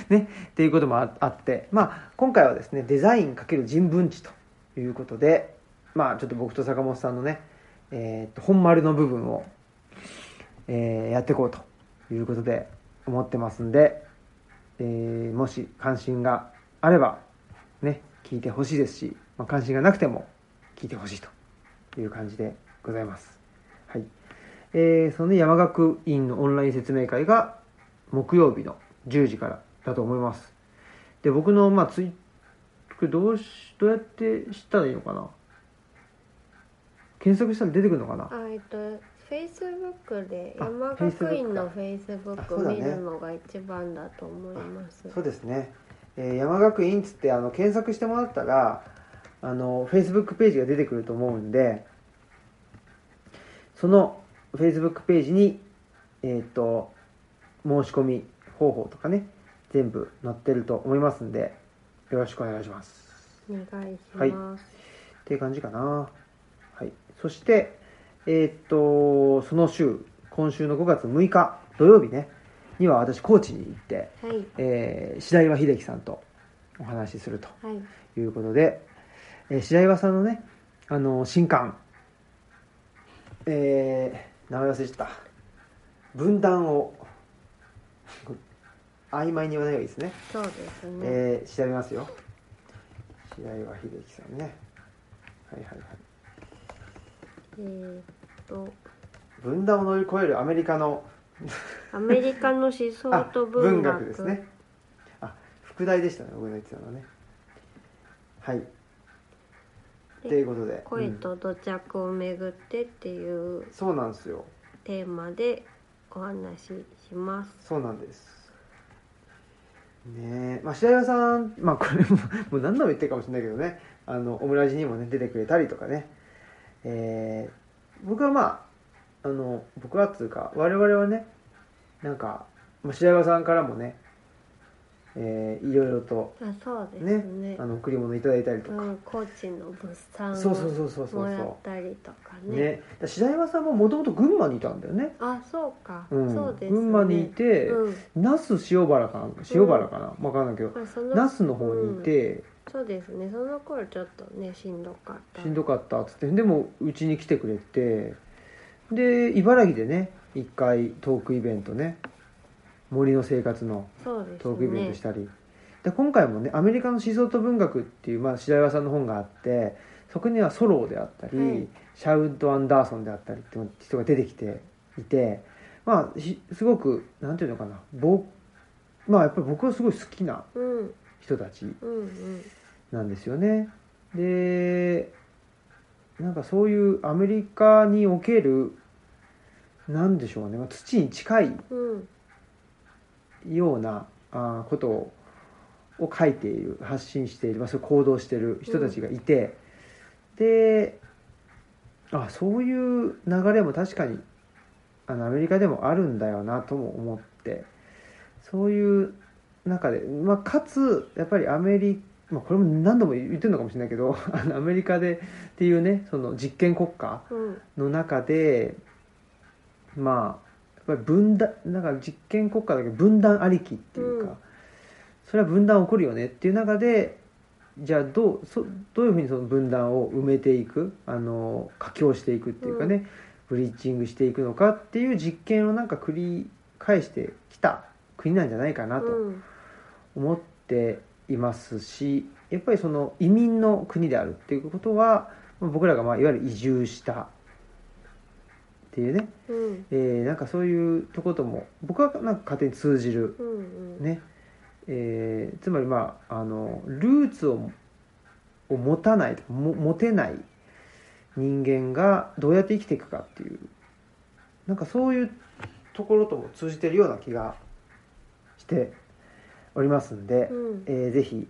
ね、っていうこともああって、まあ、今回はですねデザイン×人文知ということで、まあ、ちょっと僕と坂本さんのね、えーっと本丸の部分を、えーやっていこうということで思ってますんで、えーもし関心があれば、ね、聞いてほしいですし、まあ、関心がなくても聞いてほしいという感じでございます。はいえーそのね山学院のオンライン説明会が木曜日の10時からだと思いますで僕のまあツイこれどうしどうやって知ったらいいのかな検索したら出てくるのかな
あえっとフェイスブックで
あ
山学院のフェイスブ
Facebook
ッ
かあ
ク
そうだ
見
ね
るのが一番だと思います。
そうですね、えー山学院っつってあの検索してもらったらあのフェイスブックページが出てくると思うんでそのフェイスブックページにえっ、と申し込み方法とかね全部載ってると思いますんでよろしくお願いします
お願いします。
っていう感じかなはいそしてえーっとその週今週の5月6日土曜日ねには私高知に行って、
はい
えー、白岩秀樹さんとお話しすると
はい
いうことで、えー白岩さんのねあの新刊えー、名前忘れちゃった分断を曖昧に言わない方がいいですね
そうですね。
えー、調べますよ白岩秀樹さんねはいはいはい
えーっと
分断を乗り越えるアメリカの
アメリカの思想
あ
と文学
ですねあ副題でしたね僕の言ってたのはねはいということで
声
うん
と土着をめぐってっていう
そうなんですよ
テーマでお話しします。
そうなんですねえまあ白岩さんまあこれも もう何度も言ってるかもしれないけどねあのオムラジにもね出てくれたりとかねえー僕はまああの僕はっていうか我々はねなんかまあ白岩さんからもねえーいろいろと
あそうです
ね
ね。
あの贈り物いただいたりと
う
か、
ん、高知の物産
そうそうそうそう
を
そう
もらっ
そ
たりとか
う
ね。
ねだから白岩さんももともと群馬にいたんだよね、
あそうか、
うん、
そうですね。
群馬にいて、
うん、
那須塩原かな塩原かな、わかんないけど
まあそ
那
の
須の方にいて、
そうですねその頃ちょっとねしんどかった
しんどかったっつってでもうちに来てくれてで茨城でね一回トークイベントね森の生活の
そうですね
トークイベントしたり、で今回もね「アメリカの思想と文学」っていう、まあ、白岩さんの本があってそこにはソローであったり、
はい
シャウト・アンダーソンであったりっていう人が出てきていてまあしすごくなんていうのかな僕まあやっぱり僕はすごい好きな
うん
人たち
うんうん
なんですよね。でなんかそういうアメリカにおけるなんでしょうね、まあ、土に近い
うん
ようなあーことをを書いている発信している、まあ、そういう行動している人たちがいて、であそういう流れも確かにあのアメリカでもあるんだよなとも思ってそういう中で、まあ、かつやっぱりアメリカ、まあ、これも何度も言ってるのかもしれないけど あのアメリカでっていうねその実験国家
うん
の中でまあやっぱり分断なんか実験国家だけど分断ありきっていうか、
うん
それは分断起こるよねっていう中でじゃあどうそどういうふうにその分断を埋めていくあの佳境していくっていうかね、ブリーチングしていくのかっていう実験をなんか繰り返してきた国なんじゃないかなと
うん
思っていますしやっぱりその移民の国であるっていうことは僕らがまあいわゆる移住したっていうね、
うん
えーなんかそういうとことも僕はなんか勝手に通じる
うんうん
ね、えーつまりまああのルーツをを持たないも持てない人間がどうやって生きていくかっていうなんかそういうところとも通じてるような気がしておりますんで、
うん
えーぜひ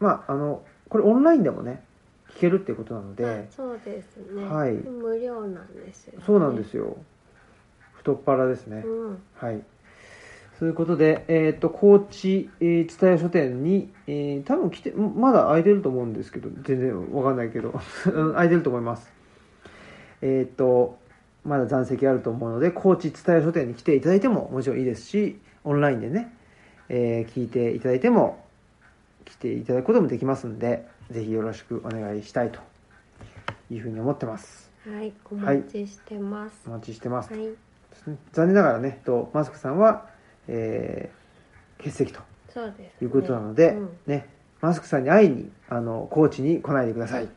まああのこれオンラインでもね聞けるっていうことなので、
あそうですね、
はい
無料なんですよ、ね、、
そうなんですすよ太っ腹ですね。
うん、
はい。そういうことで、えっ、と、高知、えー、蔦屋書店に、えー多分来て、んまだ空いてると思うんですけど、全然わかんないけど、 うん空いてると思います。えっ、と、まだ残席あると思うので、高知蔦屋書店に来ていただいてももちろんいいですし、オンラインでね、えー聞いていただいても、来ていただくこともできますんで、ぜひよろしくお願いしたいというふうに思ってます。
はいお待ちしてます
お
は
待ちしてます。
い、
ですね残念ながらねとマスクさんは、えー欠席と
そうです、ね、
いうことなので、
うん
ねマスクさんに会いにあの高知に来ないでください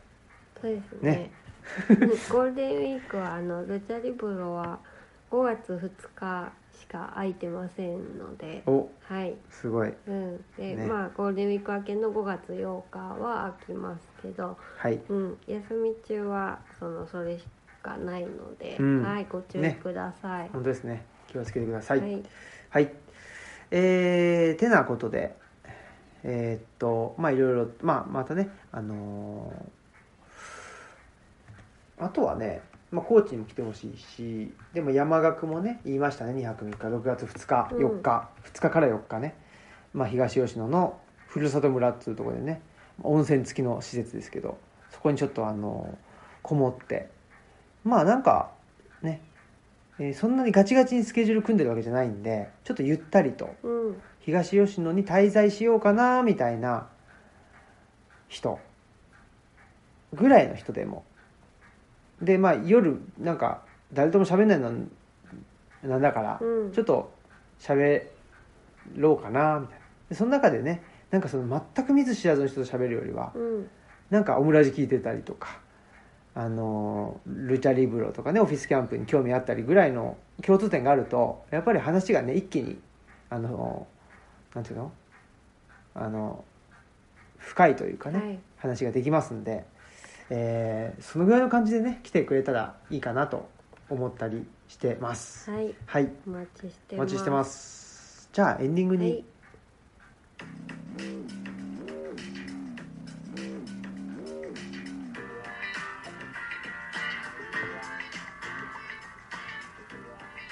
そうですね ゴールデンウィークはあのルチャリブロは5月2日しか空いてませんので
お
はい
すごい
うんで
ね
まあゴールデンウィーク明けの5月8日は空きますけど、
はい
うん、休み中はそのそれしかないので、
うん
はいご注意
ね
ください、
本当ですね気をつけてください
はい
はい。えー、てなことで、えーっと、まあいろいろ、まあまたね、あのーあとはね、まあ高知にも来てほしいし、でも山岳もね、言いましたね、2泊3日、6月2日、
うん
4日、2日から4日ね、まあ東吉野のふるさと村っていうところでね、温泉付きの施設ですけど、そこにちょっとあのこもって、まあなんかね、えーそんなにガチガチにスケジュール組んでるわけじゃないんでちょっとゆったりと
うん
東吉野に滞在しようかなみたいな人ぐらいの人でもでまあ夜なんか誰とも喋んないのなんだから、
うん
ちょっと喋ろうかなみたいなでその中でねなんかその全く見ず知らずの人と喋るよりは、
うん
なんかオムラジ聞いてたりとか、あのルチャリブロとかねオフィスキャンプに興味あったりぐらいの共通点があるとやっぱり話がね一気にあのなんていうのあの深いというかね、
はい
話ができますんで、えーそのぐらいの感じでね来てくれたらいいかなと思ったりしてます。
はい
はい、
お待ちして
お
ます
待ちしてます。じゃあエンディングに、
はい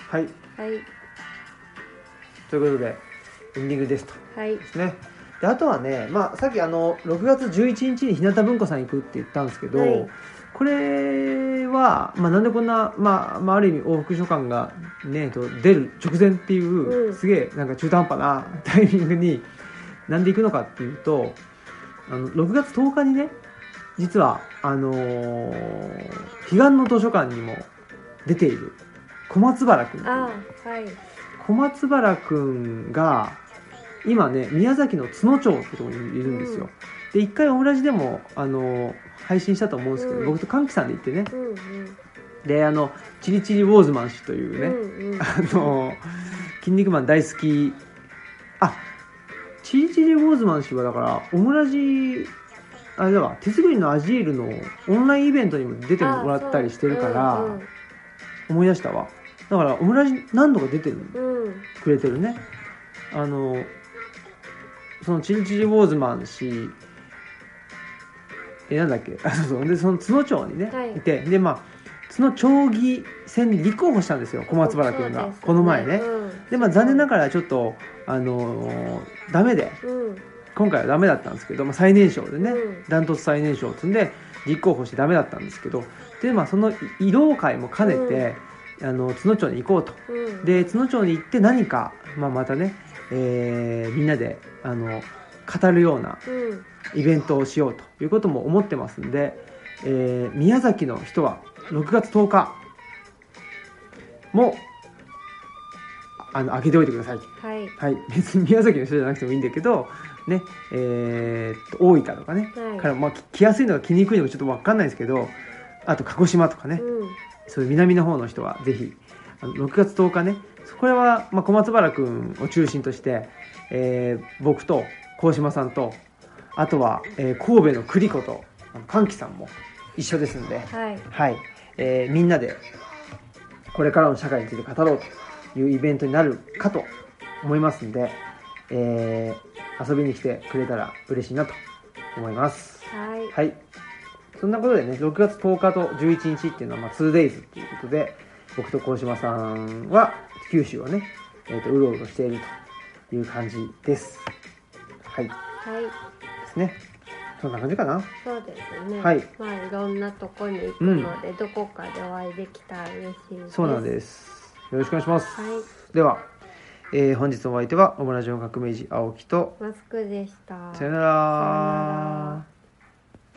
はい
はい
ということでエンディングですと。
はい
ですねであとはね、まあ、さっきあの6月11日に日向文庫さん行くって言ったんですけど、
はい
これは、まあ、なんでこんな、まあまあ、ある意味往復書館が、ね、と出る直前っていう、
うん
すげえなんか中途半端な タイミングになんで行くのかっていうとあの6月10日にね実はあのー彼岸の図書館にも出ている小松原君
あはい
小松原くんが今ね宮崎の都農町ってとこにいるんですよ、で一回オムラジでもあの配信したと思うんですけど、
うん
僕と歓喜さんで行ってね
うんうん
であのチリチリウォーズマン氏というね、
うん うん
あの「筋肉マン」大好きあチリチリウォーズマン氏はだからオムラジあれだわ手作りのアジールのオンラインイベントにも出てもらったりしてるから、
あ
思い出したわだからオムラジ何度か出てるん
そううんうん
くれてるねあのそのチルチルウォーズマン氏えなんだっけあ そうそうでその都農町にね、
はい
いてでまあ都農町議選に立候補したんですよ小松原君が、
そうです
この前ね、
うん
でまあ残念ながらちょっとあのーダメで
うん
今回はダメだったんですけど、まあ、最年少でね、
うん
ダントツ最年少っつんで立候補してダメだったんですけどでまあその移動会も兼ねて、あの都農町に行こうと
うん
で都農町に行って何か、まあ、またね、えーみんなであの語るような
うん
イベントをしようということも思ってますんで、えー宮崎の人は6月10日もあの開けておいてください。
はい
はい、別に宮崎の人じゃなくてもいいんだけど、ねえーっと大分とかね、
はい
からまあ、き来やすいのか来にくいのかちょっと分かんないですけどあと鹿児島とかね、
うん
そういう南の方の人はぜひあの6月10日ねそこは、まあ、小松原君を中心として、えー僕と鴻島さんとあとは、えー神戸の栗子とあの歓喜さんも一緒ですので、
はい
はいえーみんなでこれからの社会について語ろうというイベントになるかと思いますんで、えー遊びに来てくれたら嬉しいなと思います。
はい
はい。そんなことでね、6月10日と11日っていうのは、まあ、2days っていうことで、僕と鴻島さんは九州をね、えーとうろうろしているという感じです。はい。で
はい
すね。そんな感じかな。
そうですね、
はい
まあいろんなとこに行くので、どこかでお会いできたら嬉しいです
そうなんです。よろしくお願いします。
はい
では、えー本日のお相手は、オムラジオ革命児青木と、
マスクでし
さ
た
よ
な
な
さよな
ら
ら。